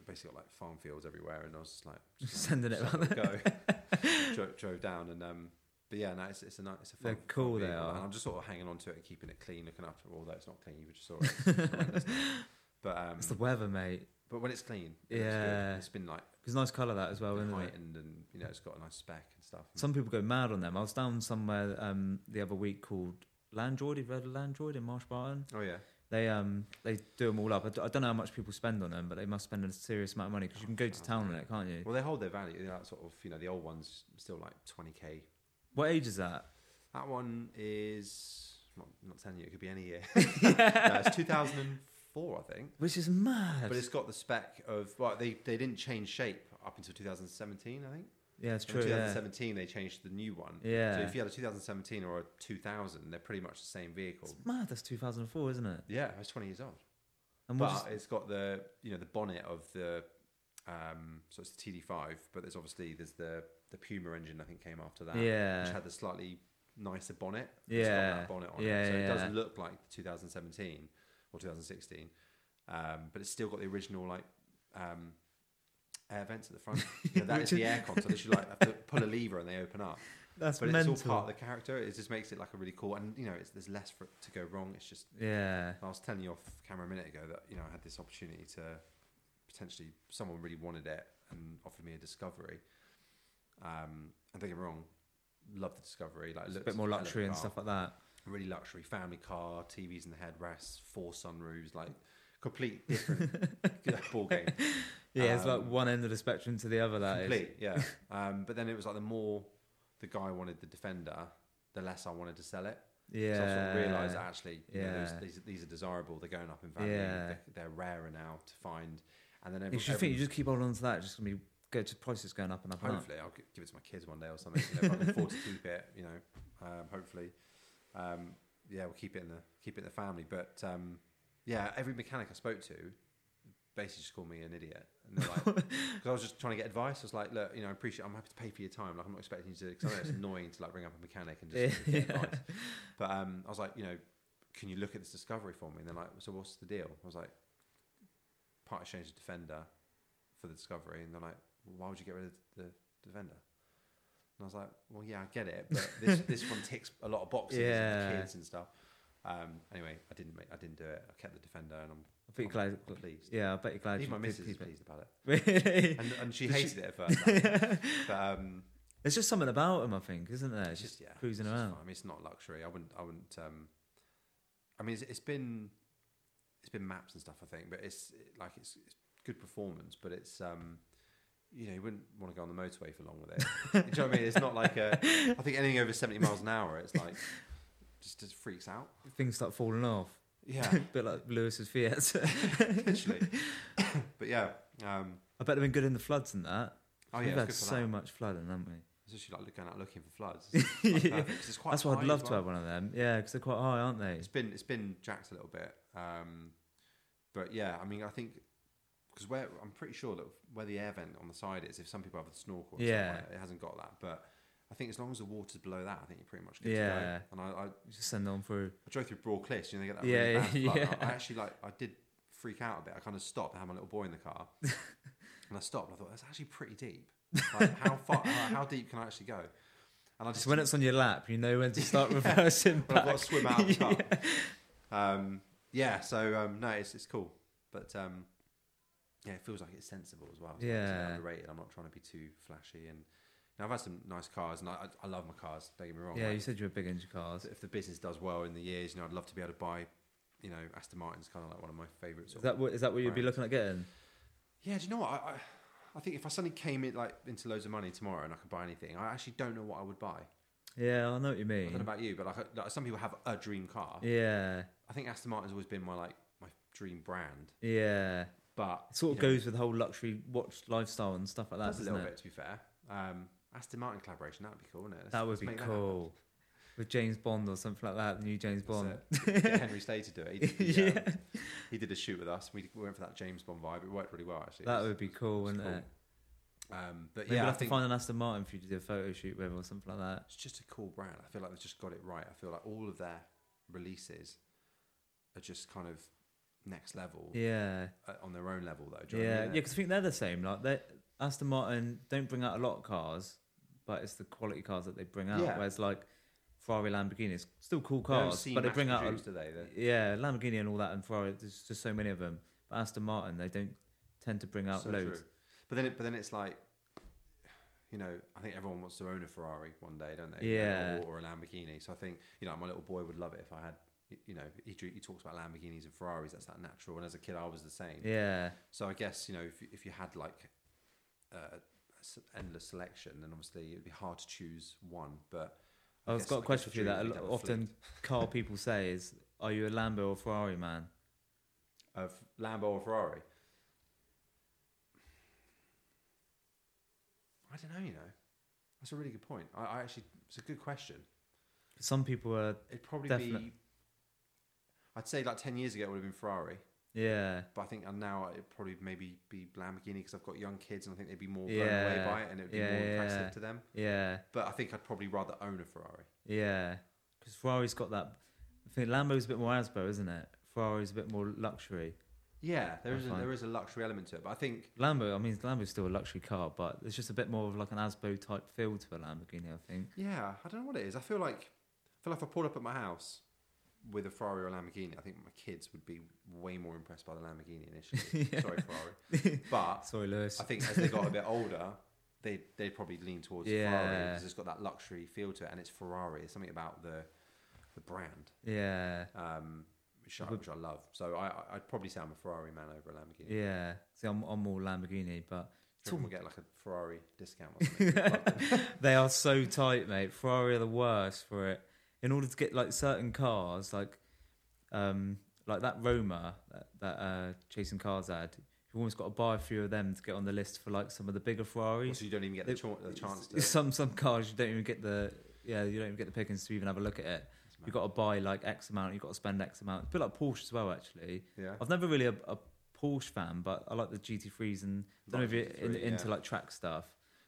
Speaker 2: basically got like farm fields everywhere, and I was
Speaker 1: [laughs]
Speaker 2: just like, just like,
Speaker 1: Sending it
Speaker 2: just
Speaker 1: around.
Speaker 2: let [laughs] go. drove, drove down, and um, but yeah, no, it's, it's a nice, it's a fun,
Speaker 1: They're
Speaker 2: fun
Speaker 1: cool, they
Speaker 2: vehicle,
Speaker 1: are.
Speaker 2: And I'm just sort of hanging on to it and keeping it clean, looking after it. Although it's not clean, you just saw it. It's
Speaker 1: [laughs]
Speaker 2: horrendous. but um,
Speaker 1: It's the weather, mate.
Speaker 2: but when it's clean, it looks good.
Speaker 1: Yeah.
Speaker 2: it's been like
Speaker 1: It's nice colour that as well, isn't it?
Speaker 2: heightened, and you know, it's got a nice spec and stuff.
Speaker 1: Some people go mad on them. I was down somewhere um, the other week called Landroid. Have you heard of Landroid in Marsh Barton?
Speaker 2: oh yeah,
Speaker 1: They um they do them all up. I, d- I don't know how much people spend on them, but they must spend a serious amount of money because you can go to town on it, can't you?
Speaker 2: well they hold their value. They're like sort of you know the old ones still like 20k
Speaker 1: What age is that?
Speaker 2: That one is I'm not not telling you. It could be
Speaker 1: [laughs]
Speaker 2: any year. no, it's 2004, I think.
Speaker 1: Which is mad.
Speaker 2: But it's got the spec of well, they they didn't change shape up until 2017, I think.
Speaker 1: yeah, it's
Speaker 2: In
Speaker 1: true. Yeah.
Speaker 2: 2017, they changed the new one.
Speaker 1: yeah.
Speaker 2: So if you had a 2017 or a 2000, they're pretty much the same vehicle.
Speaker 1: it's mad. That's 2004, isn't it?
Speaker 2: Yeah, I was 20 years old.
Speaker 1: And
Speaker 2: but
Speaker 1: we'll just-
Speaker 2: it's got the you know the bonnet of the um, so it's the TD5, but there's obviously there's the the Puma engine I think came after that which
Speaker 1: yeah.
Speaker 2: had the slightly nicer bonnet. It's got
Speaker 1: Yeah.
Speaker 2: that bonnet on
Speaker 1: Yeah,
Speaker 2: it. So it
Speaker 1: yeah.
Speaker 2: does look like 2017 or 2016, um, but it's still got the original like um, air vents at
Speaker 1: [laughs]
Speaker 2: the front. You know, that is the aircon, so they should like have to pull a lever and they open up.
Speaker 1: That's
Speaker 2: but
Speaker 1: mental.
Speaker 2: it's all part of the character. It just makes it like a really cool, and you know, it's, there's less for it to go wrong. It's just
Speaker 1: yeah.
Speaker 2: I was telling you off camera a minute ago that you know I had this opportunity to potentially someone really wanted it and offered me a discovery. Um, and don't get me wrong, love the discovery. Like it
Speaker 1: It's a
Speaker 2: looked
Speaker 1: bit more
Speaker 2: hell of a
Speaker 1: luxury and
Speaker 2: car.
Speaker 1: stuff like that.
Speaker 2: Really luxury family car, TVs in the headrests, four sunroofs, like complete different
Speaker 1: [laughs]
Speaker 2: ball game.
Speaker 1: Yeah, it's like
Speaker 2: Um,
Speaker 1: one end of the spectrum to the other. That is.
Speaker 2: complete, yeah. Um, but then it was like the more the guy wanted the Defender, the less I wanted to sell it.
Speaker 1: Yeah.
Speaker 2: So I sort of realised that actually, you know, those,
Speaker 1: Yeah.
Speaker 2: these, these are desirable. They're going up in value.
Speaker 1: Yeah.
Speaker 2: They're, they're rarer now to find. And then every,
Speaker 1: You should
Speaker 2: every-
Speaker 1: think you just keep holding on to that. It's just gonna be go to prices going up and up. and up.
Speaker 2: Hopefully, I'll gi- give it to my kids one day or something. You know, if I can afford to keep it, you know, um, hopefully, um, yeah, we'll keep it in the keep it in the family. But um, yeah, every mechanic I spoke to basically just called me an idiot. And they're
Speaker 1: [laughs]
Speaker 2: like, because I was just trying to get advice. I was like, look, you know, I appreciate. I'm happy to pay for your time. Like, I'm not expecting you to. Because I know it's annoying to like ring up a mechanic
Speaker 1: [laughs]
Speaker 2: and just
Speaker 1: Yeah.
Speaker 2: get advice. But um, I was like, you know, can you look at this discovery for me? And they're like, so what's the deal? I was like, part exchange the defender for the discovery, and they're like, well, why would you get rid of the defender? And I was like, well, yeah, I get it,
Speaker 1: [laughs]
Speaker 2: but this this one ticks a lot of boxes yeah.
Speaker 1: Yeah.
Speaker 2: kids and stuff. Um, anyway, I didn't make, I didn't do it. I kept the defender, and I'm,
Speaker 1: I bet you're glad.
Speaker 2: I'm pleased.
Speaker 1: Yeah, I bet you're glad.
Speaker 2: Even
Speaker 1: you
Speaker 2: my
Speaker 1: did
Speaker 2: missus is
Speaker 1: keep it. [laughs]
Speaker 2: pleased about it,
Speaker 1: Really?
Speaker 2: and, and she
Speaker 1: Does she-
Speaker 2: hated it at
Speaker 1: [laughs]
Speaker 2: first. like, but um,
Speaker 1: There's just something about him, I think, isn't there?
Speaker 2: it's
Speaker 1: It's just
Speaker 2: just yeah,
Speaker 1: cruising
Speaker 2: it's just
Speaker 1: around.
Speaker 2: fine. I mean, it's not luxury. I wouldn't. I wouldn't. Um, I mean, it's, it's been it's been maps and stuff. I think, but it's it- like it's, it's good performance, but it's um, you know, you wouldn't want to go on the motorway for long with it. [laughs] Do you know what I mean? It's not like a. I think anything over seventy miles an hour, it's like just just freaks out.
Speaker 1: things start falling off. [laughs]
Speaker 2: Yeah,
Speaker 1: a bit like Lewis's Fiat. [laughs]
Speaker 2: potentially. [coughs] but yeah, um,
Speaker 1: I bet they've been good in the floods and that.
Speaker 2: oh
Speaker 1: We've
Speaker 2: yeah, it's
Speaker 1: had
Speaker 2: good for
Speaker 1: so
Speaker 2: that.
Speaker 1: much flooding, haven't we?
Speaker 2: Especially like going out looking for
Speaker 1: [laughs]
Speaker 2: floods. It's, like,
Speaker 1: Yeah.
Speaker 2: perfect, 'cause it's [laughs] quite
Speaker 1: That's why
Speaker 2: high
Speaker 1: I'd
Speaker 2: as
Speaker 1: love to
Speaker 2: well.
Speaker 1: have one of them. Yeah, because they're quite high, aren't they?
Speaker 2: It's been it's been jacked a little bit, um, but yeah, I mean, I think because where I'm pretty sure that where the air vent on the side is, if some people have a snorkel, or
Speaker 1: Yeah.
Speaker 2: something, it hasn't got that. But I think as long as the water's below that, I think you're pretty much good
Speaker 1: Yeah.
Speaker 2: to go. And I, I, I
Speaker 1: Just send on through.
Speaker 2: drove through Broad Cliffs, you know, they get that
Speaker 1: Yeah,
Speaker 2: really bad flood. and
Speaker 1: yeah.
Speaker 2: I, I actually like I did freak out a bit. I kind of stopped. I had my little boy in the
Speaker 1: [laughs]
Speaker 2: car, and I stopped. and I thought that's actually pretty deep. Like, how far? How, how deep can I actually go? And I
Speaker 1: Just
Speaker 2: just
Speaker 1: when it's on your lap, you know
Speaker 2: [laughs]
Speaker 1: when to start reversing
Speaker 2: but I've got
Speaker 1: back.
Speaker 2: to swim out
Speaker 1: [laughs]
Speaker 2: of the car. Um, yeah, so um, no, it's, it's cool. But um, yeah, it feels like it's sensible as well. It's not actually
Speaker 1: Yeah.
Speaker 2: underrated. I'm not trying to be too flashy. And now I've had some nice cars, and I, I, I love my cars. Don't get me wrong.
Speaker 1: Yeah,
Speaker 2: like,
Speaker 1: you said you were big into cars.
Speaker 2: if the business does well in the years, you know, I'd love to be able to buy, you know, Aston Martin's kind of like one of my favourites.
Speaker 1: Is that what, is that what you'd be
Speaker 2: Right.
Speaker 1: looking at getting?
Speaker 2: Yeah, do you know what? I, I, I think if I suddenly came in like into loads of money tomorrow and I could buy anything, I actually don't know what I would buy.
Speaker 1: Yeah, I know what you
Speaker 2: I don't know
Speaker 1: mean.
Speaker 2: about you, but like, like some people have a dream car.
Speaker 1: Yeah,
Speaker 2: I think Aston Martin's always been my like my dream brand,
Speaker 1: yeah.
Speaker 2: but
Speaker 1: It sort of
Speaker 2: you know,
Speaker 1: goes with the whole luxury watch lifestyle and stuff like that,
Speaker 2: does a
Speaker 1: doesn't
Speaker 2: little
Speaker 1: it?
Speaker 2: bit to be fair. Um, Aston Martin collaboration that would be cool, wouldn't it? Let's-
Speaker 1: That would
Speaker 2: let's
Speaker 1: be
Speaker 2: make happen.
Speaker 1: cool. With James Bond or something like that, the new James
Speaker 2: That's
Speaker 1: Bond. [laughs]
Speaker 2: it. Get Henry Stay to do it. He did, the, um, he did a shoot with us. We, we went for that James Bond vibe. It worked really well actually. It
Speaker 1: That
Speaker 2: was-
Speaker 1: would be cool,
Speaker 2: was
Speaker 1: wouldn't
Speaker 2: cool.
Speaker 1: it?
Speaker 2: Um, but
Speaker 1: Maybe we'll
Speaker 2: yeah, I
Speaker 1: have to
Speaker 2: think
Speaker 1: find an Aston Martin for you to do a photo shoot with or something like that.
Speaker 2: it's just a cool brand. I feel like they've just got it right. I feel like all of their releases are just kind of next level
Speaker 1: Yeah,
Speaker 2: uh, on their own level though. Do you know what
Speaker 1: yeah,
Speaker 2: I
Speaker 1: yeah.
Speaker 2: mean?
Speaker 1: Because I think they're the same. Like they, Aston Martin don't bring out a lot of cars, but it's the quality cars that they bring out.
Speaker 2: Yeah.
Speaker 1: Whereas like Ferrari, Lamborghini, it's still cool
Speaker 2: They don't
Speaker 1: cars,
Speaker 2: seem
Speaker 1: but they bring out a,
Speaker 2: mass-produced, do they?
Speaker 1: yeah
Speaker 2: They're-
Speaker 1: Lamborghini and all that and Ferrari. There's just so many of them. But Aston Martin, they don't tend to bring out
Speaker 2: So
Speaker 1: loads.
Speaker 2: true. But then, it, but then it's like, you know, I think everyone wants to own a Ferrari one day, don't they? You know,
Speaker 1: Yeah.
Speaker 2: Or, or a Lamborghini. So I think, you know, my little boy would love it if I had, y- you know, he, dr- he talks about Lamborghinis and Ferraris. That's that natural. And as a kid, I was the same.
Speaker 1: Yeah,
Speaker 2: So I guess, you know, if, you- if you had like uh, a s- endless selection, then obviously it'd be hard to choose one. But I
Speaker 1: I've
Speaker 2: guess-
Speaker 1: got
Speaker 2: I
Speaker 1: a
Speaker 2: guess
Speaker 1: question
Speaker 2: the
Speaker 1: for you that a
Speaker 2: dream
Speaker 1: lot,
Speaker 2: would be to have a
Speaker 1: often
Speaker 2: [laughs]
Speaker 1: car people say is, "Are you a Lambo or Ferrari man?"
Speaker 2: of Lambo or Ferrari. I don't know, you know. That's a really good point. I, I actually, it's a good question.
Speaker 1: Some people are.
Speaker 2: It'd probably
Speaker 1: Definite.
Speaker 2: be. I'd say like ten years ago it would have been Ferrari,
Speaker 1: Yeah,
Speaker 2: but I think and now it'd probably maybe be Lamborghini because I've got young kids and I think they'd be more blown away
Speaker 1: Yeah.
Speaker 2: by it and it'd be
Speaker 1: Yeah,
Speaker 2: more
Speaker 1: yeah,
Speaker 2: impressive
Speaker 1: yeah.
Speaker 2: to them.
Speaker 1: yeah.
Speaker 2: But I think I'd probably rather own a Ferrari.
Speaker 1: Yeah, because Ferrari's got that. I think Lambo's a bit more Asbo, isn't it? Ferrari's a bit more luxury.
Speaker 2: Yeah, there
Speaker 1: I
Speaker 2: is a,
Speaker 1: find-
Speaker 2: there is a luxury element to it, but I think
Speaker 1: Lambo, I mean, Lambo's still a luxury car, but it's just a bit more of like an Asbo type feel to a Lamborghini, I think.
Speaker 2: Yeah, I don't know what it is. I feel like I feel like if I pulled up at my house with a Ferrari or a Lamborghini, I think my kids would be way more impressed by the Lamborghini
Speaker 1: [laughs]
Speaker 2: initially. Sorry, Ferrari. But
Speaker 1: Sorry, Lewis.
Speaker 2: I think as they got a bit older, they they'd probably lean towards the Ferrari
Speaker 1: Yeah.
Speaker 2: because it's got that luxury feel to it, and it's Ferrari. There's something about the the brand
Speaker 1: [laughs] Yeah,
Speaker 2: um, which, I,
Speaker 1: Would-
Speaker 2: which I love. So I I- I'd probably say I'm a Ferrari man over a Lamborghini.
Speaker 1: yeah. See, I'm, I'm more Lamborghini, but
Speaker 2: Yeah. We'll get like a Ferrari discount. Or
Speaker 1: [laughs]
Speaker 2: something.
Speaker 1: they are so tight, mate. Ferrari are the worst for it. In order to get like certain cars, like um, like that Roma that, that uh, Chasing Cars ad, you've almost got to buy a few of them to get on the list for like some of the bigger
Speaker 2: Well,
Speaker 1: Ferraris.
Speaker 2: so you don't even get the, cha- the chance to.
Speaker 1: Some some cars you don't even get the yeah you don't even get the pickings to even have a look at it. You've got to buy like X amount. You've got to spend X amount. It's a bit like Porsche as well, actually.
Speaker 2: yeah.
Speaker 1: I've never really a, a Porsche fan, but I like the GT3s and I don't know if you're in,
Speaker 2: GT3,
Speaker 1: into
Speaker 2: yeah.
Speaker 1: like track stuff.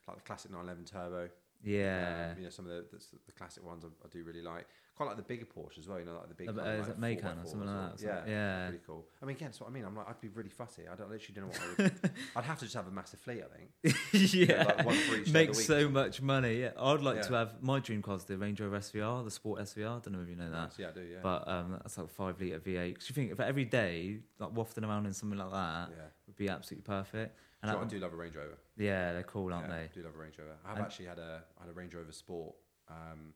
Speaker 2: like the classic 911 turbo.
Speaker 1: Yeah,
Speaker 2: Um, you know some of the that's the classic ones I, I do really like. Quite like the bigger Porsche as well. You know, like the big.
Speaker 1: Uh, but,
Speaker 2: kind
Speaker 1: uh,
Speaker 2: of
Speaker 1: is
Speaker 2: like
Speaker 1: it Macan or
Speaker 2: 4x4s
Speaker 1: something like that?
Speaker 2: Yeah,
Speaker 1: Yeah.
Speaker 2: pretty cool. I mean, again, that's what I mean. I'm like, I'd be really fussy. I don't literally don't know what. I
Speaker 1: [laughs]
Speaker 2: would, I'd have to just have a massive fleet. I think.
Speaker 1: yeah,
Speaker 2: like one
Speaker 1: [laughs]
Speaker 2: for each day
Speaker 1: makes
Speaker 2: of the week or
Speaker 1: so
Speaker 2: something.
Speaker 1: much money. Yeah, I'd like to
Speaker 2: Yeah.
Speaker 1: have my dream car's the Range Rover SVR, the Sport SVR. I don't know if you know that,
Speaker 2: yeah, I do. Yeah.
Speaker 1: but um, that's like a five liter V8. Because you think for every day, like wafting around in something like that
Speaker 2: yeah.
Speaker 1: would be absolutely perfect.
Speaker 2: Do
Speaker 1: And
Speaker 2: you
Speaker 1: at
Speaker 2: know what, I
Speaker 1: the-
Speaker 2: do love a Range Rover.
Speaker 1: yeah, they're cool, aren't
Speaker 2: yeah,
Speaker 1: they?
Speaker 2: I do love a Range Rover. I've
Speaker 1: And-
Speaker 2: actually had a I had a Range Rover Sport. Um,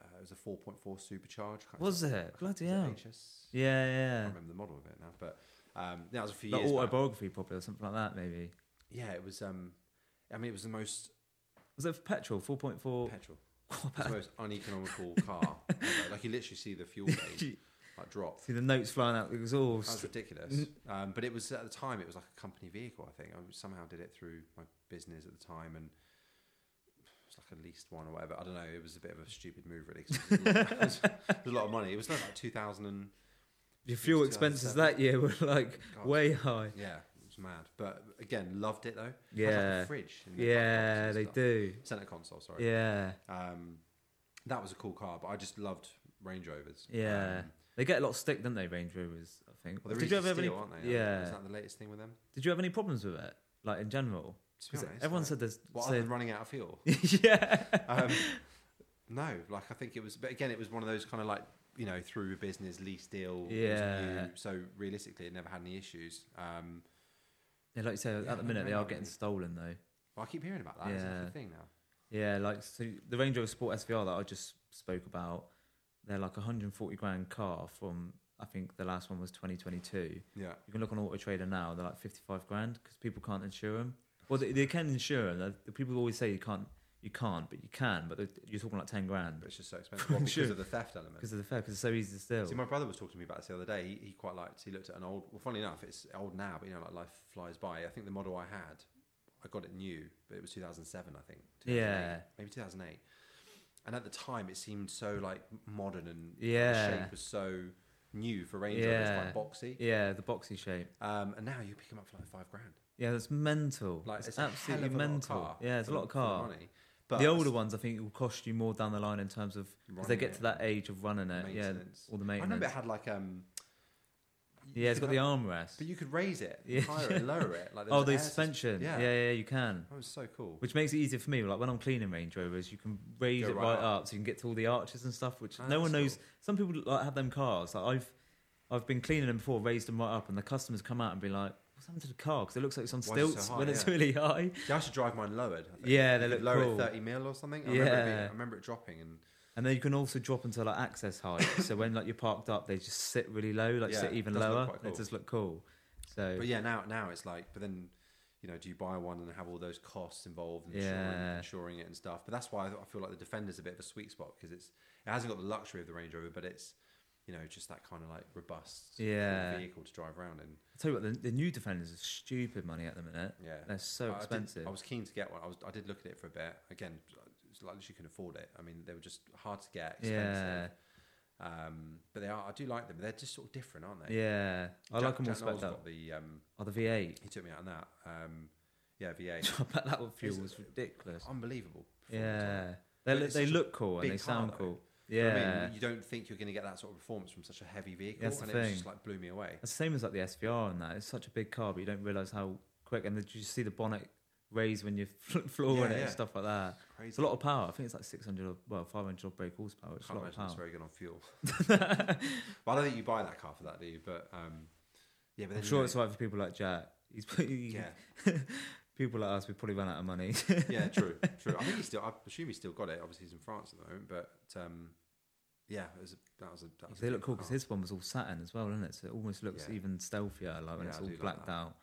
Speaker 2: uh, it was a 4.4 supercharged. Can't-
Speaker 1: Was it bloody
Speaker 2: was
Speaker 1: hell?
Speaker 2: it HS?
Speaker 1: Yeah,
Speaker 2: I
Speaker 1: yeah.
Speaker 2: can't remember the model of it now, but um, that was a few
Speaker 1: Like
Speaker 2: years. back.
Speaker 1: autobiography, probably or something like that. Maybe
Speaker 2: Yeah, it was. Um, I mean, it was the most
Speaker 1: was it for petrol? Four point four.
Speaker 2: petrol, it was the most
Speaker 1: [laughs]
Speaker 2: uneconomical car. ever. Like you literally see the fuel gauge like drop.
Speaker 1: See the notes flying out the
Speaker 2: That was
Speaker 1: exhaust.
Speaker 2: ridiculous. Um, but it was at the time, it was like a company vehicle. I think I somehow did it through my business at the time, and it was like a leased one or whatever. I don't know. It was a bit of a stupid move, really. 'cause it was, it was a lot of money. It was like two thousand and
Speaker 1: Your fuel expenses that year were like
Speaker 2: God,
Speaker 1: way high.
Speaker 2: yeah, it was mad. But again, loved it though. It had, like, a
Speaker 1: Yeah,
Speaker 2: fridge. in the back
Speaker 1: yeah,
Speaker 2: box and
Speaker 1: they
Speaker 2: stuff.
Speaker 1: do.
Speaker 2: Center console, sorry.
Speaker 1: Yeah.
Speaker 2: Um, that was a cool car, but I just loved Range Rovers.
Speaker 1: Yeah.
Speaker 2: Um,
Speaker 1: They get a lot of stick, don't they, Range Rovers? I think.
Speaker 2: well, they're
Speaker 1: Did
Speaker 2: easy
Speaker 1: you ever
Speaker 2: to
Speaker 1: have any?
Speaker 2: steal, aren't they?
Speaker 1: Yeah.
Speaker 2: Is that the latest thing with them?
Speaker 1: Did you have any problems with it, like in general?
Speaker 2: To be
Speaker 1: 'Cause
Speaker 2: honest,
Speaker 1: everyone
Speaker 2: like,
Speaker 1: said there's.
Speaker 2: Well, other
Speaker 1: said,
Speaker 2: than running out of fuel.
Speaker 1: [laughs] yeah.
Speaker 2: Um, no, like I think it was, but again, it was one of those kind of like, you know, through a business lease deal. it was
Speaker 1: Yeah.
Speaker 2: new, so realistically, it never had any issues. Um,
Speaker 1: yeah, like you say,
Speaker 2: Yeah,
Speaker 1: at the minute they
Speaker 2: no,
Speaker 1: are
Speaker 2: no.
Speaker 1: getting stolen though.
Speaker 2: well, I keep hearing about that. It's like
Speaker 1: Yeah.
Speaker 2: a thing now.
Speaker 1: Yeah, like so the Range Rover Sport SVR that I just spoke about, they're like a 140 grand car from I think the last one was 2022.
Speaker 2: Yeah.
Speaker 1: You can look on Auto Trader now; they're like 55 grand because people can't insure them. Well, they, they can insure them. The people always say you can't, you can't, but you can. But they're- you're talking like 10 grand
Speaker 2: But it's just so expensive. Well, because
Speaker 1: Sure.
Speaker 2: of the theft element.
Speaker 1: because of the fair because it's so easy to steal.
Speaker 2: See, my brother was talking to me about this the other day. He, he quite liked. He looked at an old. Well, funny enough, it's old now, but you know, like life flies by. I think the model I had, I got it new, but it was 2007, I think. 2008,
Speaker 1: Yeah.
Speaker 2: maybe 2008. And at the time, it seemed so like modern and the
Speaker 1: Yeah.
Speaker 2: shape was so new for Range Rover.
Speaker 1: Yeah.
Speaker 2: It's quite boxy.
Speaker 1: Yeah, the boxy shape.
Speaker 2: Um, and now you pick them up for like five grand.
Speaker 1: Yeah, that's mental.
Speaker 2: Like
Speaker 1: it's,
Speaker 2: it's, a hell
Speaker 1: absolutely
Speaker 2: of a lot of
Speaker 1: mental.
Speaker 2: car
Speaker 1: yeah, it's a
Speaker 2: for-
Speaker 1: lot of
Speaker 2: for the
Speaker 1: car.
Speaker 2: money.
Speaker 1: The,
Speaker 2: But
Speaker 1: older ones, I think, will cost you more down the line in terms of because they
Speaker 2: Running
Speaker 1: get
Speaker 2: it,
Speaker 1: to that age of running it. Yeah,
Speaker 2: maintenance.
Speaker 1: all the
Speaker 2: I
Speaker 1: maintenance.
Speaker 2: remember it had like um.
Speaker 1: yeah, it's
Speaker 2: you
Speaker 1: got
Speaker 2: could
Speaker 1: the
Speaker 2: have-
Speaker 1: armrest.
Speaker 2: But you could raise it
Speaker 1: [laughs] Yeah.
Speaker 2: higher and lower it. Like there
Speaker 1: oh,
Speaker 2: was an
Speaker 1: the
Speaker 2: air sus-
Speaker 1: suspension.
Speaker 2: yeah.
Speaker 1: yeah. yeah, yeah, you can.
Speaker 2: That was so cool.
Speaker 1: Which makes it easier for me. Like when I'm cleaning Range Rovers, you can raise
Speaker 2: Go
Speaker 1: it
Speaker 2: right
Speaker 1: right
Speaker 2: up.
Speaker 1: up. so you can get to all the arches and stuff. Which
Speaker 2: Ah,
Speaker 1: no one
Speaker 2: that's
Speaker 1: knows. Some people like have them cars. Like I've, I've been cleaning them before, raised them right up, and the customers come out and be like, "What's happened to the car? Because it looks like it's on
Speaker 2: Why is it so
Speaker 1: stilts
Speaker 2: high?
Speaker 1: when it's
Speaker 2: Yeah.
Speaker 1: really high."
Speaker 2: Yeah, I should drive mine lowered. I think.
Speaker 1: Yeah, they
Speaker 2: You could
Speaker 1: look
Speaker 2: lower
Speaker 1: cool.
Speaker 2: it thirty mil or something. I remember, it being,
Speaker 1: Yeah.
Speaker 2: I remember it dropping and
Speaker 1: And then you can also drop into like access height.
Speaker 2: [coughs]
Speaker 1: so when like you're parked up, they just sit really low, like
Speaker 2: Yeah,
Speaker 1: sit
Speaker 2: it
Speaker 1: even
Speaker 2: does look
Speaker 1: lower.
Speaker 2: quite cool.
Speaker 1: It does look cool. So
Speaker 2: but yeah, now now it's like but then you know do you buy one and have all those costs involved and insuring,
Speaker 1: Yeah.
Speaker 2: insuring it and stuff? But that's why I, I feel like the Defender's a bit of a sweet spot because it's it hasn't got the luxury of the Range Rover, but it's you know just that kind of like robust cool
Speaker 1: Yeah.
Speaker 2: vehicle to drive around in.
Speaker 1: I tell you what, the, the new defenders are stupid money at the minute.
Speaker 2: Yeah,
Speaker 1: They're so
Speaker 2: I did-
Speaker 1: expensive.
Speaker 2: I, was keen to get one. I was I did look at it for a bit. Again, it's like you can afford it. I mean, they were just hard to get.
Speaker 1: yeah,
Speaker 2: Expensive. Um, but they are. I do like them. They're just sort of different, aren't they?
Speaker 1: yeah. I
Speaker 2: Jack-
Speaker 1: like them all
Speaker 2: Jack Noel's
Speaker 1: spec up.
Speaker 2: got the um,
Speaker 1: Oh, the V8.
Speaker 2: he took me out on that. Um, yeah,
Speaker 1: [laughs]
Speaker 2: V8,
Speaker 1: I bet that would fuel
Speaker 2: It's-
Speaker 1: was ridiculous.
Speaker 2: unbelievable. performance on it.
Speaker 1: Yeah, they
Speaker 2: But
Speaker 1: look,
Speaker 2: it's
Speaker 1: they
Speaker 2: such a
Speaker 1: look cool
Speaker 2: big
Speaker 1: and they
Speaker 2: car,
Speaker 1: sound
Speaker 2: though.
Speaker 1: cool.
Speaker 2: Do you know
Speaker 1: Yeah,
Speaker 2: what I mean, you don't think you're going to get that sort of performance from such a heavy vehicle,
Speaker 1: That's the
Speaker 2: and it was just
Speaker 1: thing.
Speaker 2: like blew me away.
Speaker 1: it's the same as like the SVR and that. It's such a big car, but you don't realize how quick. And did you see the bonnet raise when you're [laughs] flooring
Speaker 2: Yeah,
Speaker 1: it
Speaker 2: yeah.
Speaker 1: and stuff like that?
Speaker 2: Crazy.
Speaker 1: It's a lot of power. I think it's like 600 or, well, 500 odd brake horsepower. It's a
Speaker 2: Can't
Speaker 1: lot of
Speaker 2: imagine it's
Speaker 1: power.
Speaker 2: very good on fuel. well, I don't think you buy that car for that, do you? But um, yeah, but
Speaker 1: [laughs]
Speaker 2: then
Speaker 1: I'm
Speaker 2: you
Speaker 1: sure
Speaker 2: know-
Speaker 1: it's right for people like Jack. He's [laughs] pretty,
Speaker 2: yeah,
Speaker 1: people like us. We probably run out of money. [laughs]
Speaker 2: yeah, true, true. I think he's still. I assume he's still got it. Obviously, he's in France at the moment, but um, yeah, it was a, that was a. That was a
Speaker 1: they
Speaker 2: big
Speaker 1: look cool because
Speaker 2: car.
Speaker 1: his one was all satin as well, isn't it? So it almost looks
Speaker 2: Yeah.
Speaker 1: even stealthier, like when
Speaker 2: Yeah,
Speaker 1: it's
Speaker 2: I
Speaker 1: all
Speaker 2: do like
Speaker 1: blacked
Speaker 2: that.
Speaker 1: out.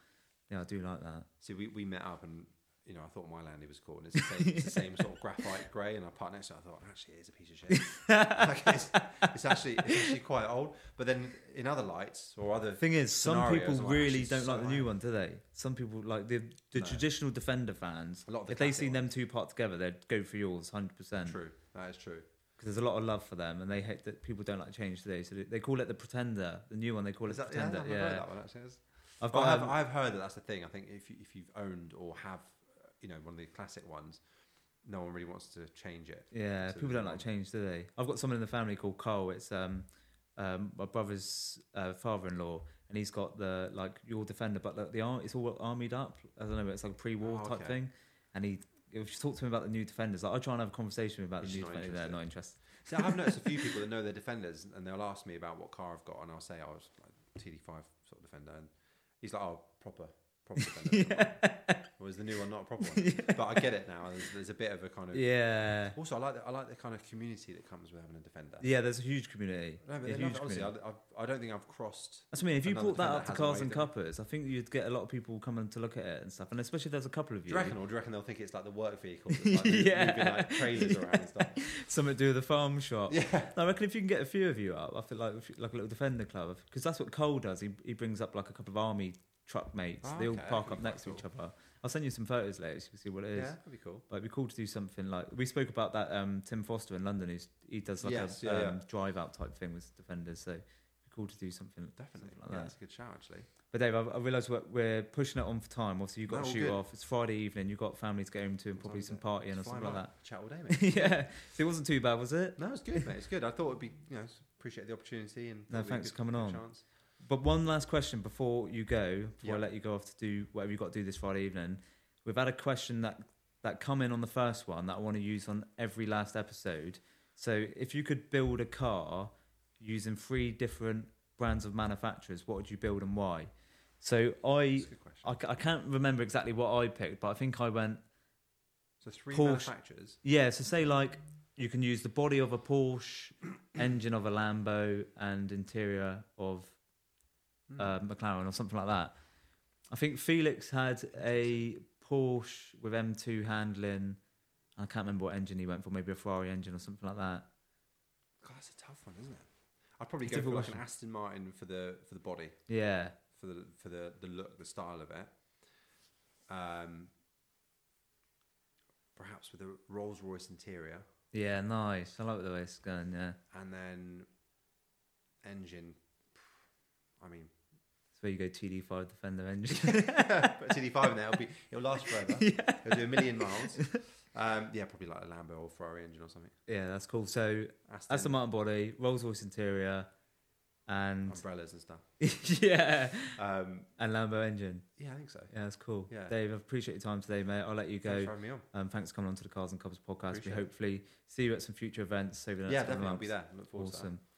Speaker 1: Yeah, I do like that.
Speaker 2: See, we, we met up and you know, I thought my Landy was cool, and it's the same, it's the same sort
Speaker 1: [laughs]
Speaker 2: of graphite grey. And I parked next to it. I thought, actually, it is a piece of shit.
Speaker 1: [laughs]
Speaker 2: Like, it's, it's actually it's actually quite old. But then in other lights or other
Speaker 1: The thing is, some
Speaker 2: scenarios,
Speaker 1: people
Speaker 2: I'm like,
Speaker 1: really
Speaker 2: "She's
Speaker 1: don't
Speaker 2: so
Speaker 1: like the new one, do they? Some people like the the
Speaker 2: No.
Speaker 1: traditional Defender fans.
Speaker 2: A lot of the
Speaker 1: if they
Speaker 2: classic
Speaker 1: see them two part together, they'd go for yours, hundred percent.
Speaker 2: true, that is true.
Speaker 1: Because there's a lot of love for them, and they hate that people don't like change today. So they, they call it the Pretender. The new one they call it
Speaker 2: Is that,
Speaker 1: the
Speaker 2: yeah, I've
Speaker 1: Pretender.
Speaker 2: not
Speaker 1: Yeah,
Speaker 2: heard that one actually. It's-
Speaker 1: I've
Speaker 2: But I have,
Speaker 1: um,
Speaker 2: I've heard that that's the thing. I think if you, if you've owned or have, uh, you know, one of the classic ones, no one really wants to change it.
Speaker 1: Yeah,
Speaker 2: So
Speaker 1: people don't like
Speaker 2: there's
Speaker 1: change, do they? I've got someone in the family called Cole. It's um, um my brother's uh, father-in-law, and he's got the like your defender, but like, the arm, it's all armied up. I don't know, it's like a pre-war
Speaker 2: Oh,
Speaker 1: type
Speaker 2: okay.
Speaker 1: thing. And he, if you talk to him about the new defenders, like I try and have a conversation about
Speaker 2: He's
Speaker 1: the new
Speaker 2: not
Speaker 1: defenders. They're
Speaker 2: interested.
Speaker 1: not interested.
Speaker 2: See, I have noticed a few people that know their defenders, and they'll ask me about what car I've got, and I'll say I was like TD5 sort of defender, and he's like, oh, proper, proper defender.
Speaker 1: [laughs]
Speaker 2: Or is the new one not a proper one? But I get it now. There's, there's a bit of a kind of.
Speaker 1: Yeah,
Speaker 2: Also, I like the, I like the kind of community that comes with having a defender.
Speaker 1: yeah. There's a huge community.
Speaker 2: No, but
Speaker 1: a huge
Speaker 2: they love it. honestly, I,
Speaker 1: community.
Speaker 2: I, I don't think I've crossed.
Speaker 1: That's what I mean. If you
Speaker 2: another
Speaker 1: brought that
Speaker 2: defender
Speaker 1: up to
Speaker 2: hasn't
Speaker 1: cars and
Speaker 2: waved
Speaker 1: cuppers, I think you'd get a lot of people coming to look at it and stuff. And especially if there's a couple of
Speaker 2: Do
Speaker 1: you, [laughs]
Speaker 2: you reckon, or do you reckon they'll think it's like the work vehicle, that's like moving,
Speaker 1: Yeah.
Speaker 2: moving like trailers around
Speaker 1: [laughs]
Speaker 2: and stuff?
Speaker 1: something to do with the farm shop.
Speaker 2: Yeah,
Speaker 1: No, I reckon if you can get a few of you up, I feel like like a little defender club because that's what Cole does. He he brings up like a couple of army truck mates.
Speaker 2: Oh,
Speaker 1: they all
Speaker 2: okay,
Speaker 1: park
Speaker 2: that'd
Speaker 1: up
Speaker 2: be
Speaker 1: next
Speaker 2: quite
Speaker 1: to each other. I'll send you some photos later so you can see what it
Speaker 2: yeah,
Speaker 1: is.
Speaker 2: that'd be cool.
Speaker 1: But it'd be cool to do something like we spoke about that um, Tim Foster in London. Who's he does like
Speaker 2: Yes,
Speaker 1: a
Speaker 2: yeah, yeah.
Speaker 1: um, drive out type thing with defenders. So it'd be cool to do something
Speaker 2: Definitely,
Speaker 1: something like
Speaker 2: yeah,
Speaker 1: that.
Speaker 2: that's a good shout actually.
Speaker 1: But Dave, I, I realise we're, we're pushing it on for time. Obviously, you've got
Speaker 2: No,
Speaker 1: to
Speaker 2: all
Speaker 1: shoot
Speaker 2: good.
Speaker 1: off. It's Friday evening. You've got family to get home to and
Speaker 2: What
Speaker 1: probably some
Speaker 2: time
Speaker 1: partying or
Speaker 2: Just fly
Speaker 1: something like that.
Speaker 2: about, Chat all day,
Speaker 1: [laughs]
Speaker 2: mate.
Speaker 1: yeah, so it wasn't too bad, was it?
Speaker 2: No, it's good, mate. It's good. I thought it'd be, you know, appreciate the opportunity and
Speaker 1: No,
Speaker 2: it'd be
Speaker 1: thanks for
Speaker 2: good-
Speaker 1: coming
Speaker 2: good
Speaker 1: on.
Speaker 2: Chance.
Speaker 1: But one last question before you go, before I
Speaker 2: Yeah.
Speaker 1: let you go off to do whatever you've got to do this Friday evening. We've had a question that that come in on the first one that I want to use on every last episode. So if you could build a car using three different brands of manufacturers, what would you build and why? So I
Speaker 2: That's a good question.
Speaker 1: I, ca- I can't remember exactly what I picked, but I think I went
Speaker 2: So three
Speaker 1: Porsche-
Speaker 2: manufacturers.
Speaker 1: yeah. So say like you can use the body of a Porsche, [clears throat] engine of a Lambo, and interior of
Speaker 2: Hmm.
Speaker 1: uh, McLaren or something like that. I think Felix had a Porsche with M2 handling. I can't remember what engine he went for, maybe a Ferrari engine or something like that.
Speaker 2: God, that's a tough one, isn't it? I'd probably
Speaker 1: It's a
Speaker 2: go for
Speaker 1: difficult
Speaker 2: like an Aston Martin for the for the body,
Speaker 1: Yeah,
Speaker 2: for the for the the look, the style of it. Um, perhaps with a Rolls Royce interior,
Speaker 1: yeah, nice. I like the way it's going. Yeah, that's
Speaker 2: and then engine. I mean,
Speaker 1: where you go TD5 Defender engine.
Speaker 2: [laughs]
Speaker 1: [laughs]
Speaker 2: put a TD5 in there, it'll be it'll last forever. It'll do a million miles. Um, yeah, probably like a Lambo or Ferrari engine or something.
Speaker 1: yeah, that's cool. So
Speaker 2: Aston,
Speaker 1: that's the Martin body, Rolls Royce interior, and
Speaker 2: umbrellas and
Speaker 1: [laughs]
Speaker 2: stuff.
Speaker 1: yeah,
Speaker 2: Um,
Speaker 1: and Lambo engine.
Speaker 2: yeah, I think so.
Speaker 1: Yeah, that's cool.
Speaker 2: Yeah.
Speaker 1: Dave, I appreciate your time today, mate. I'll let you go.
Speaker 2: Thanks for having me on.
Speaker 1: Um, thanks for coming on to the Cars and Covers podcast.
Speaker 2: Appreciate
Speaker 1: we
Speaker 2: it.
Speaker 1: hopefully see you at some future events over the next
Speaker 2: yeah,
Speaker 1: couple
Speaker 2: definitely. I'll
Speaker 1: of
Speaker 2: be
Speaker 1: months.
Speaker 2: there. Look forward to that.
Speaker 1: Awesome.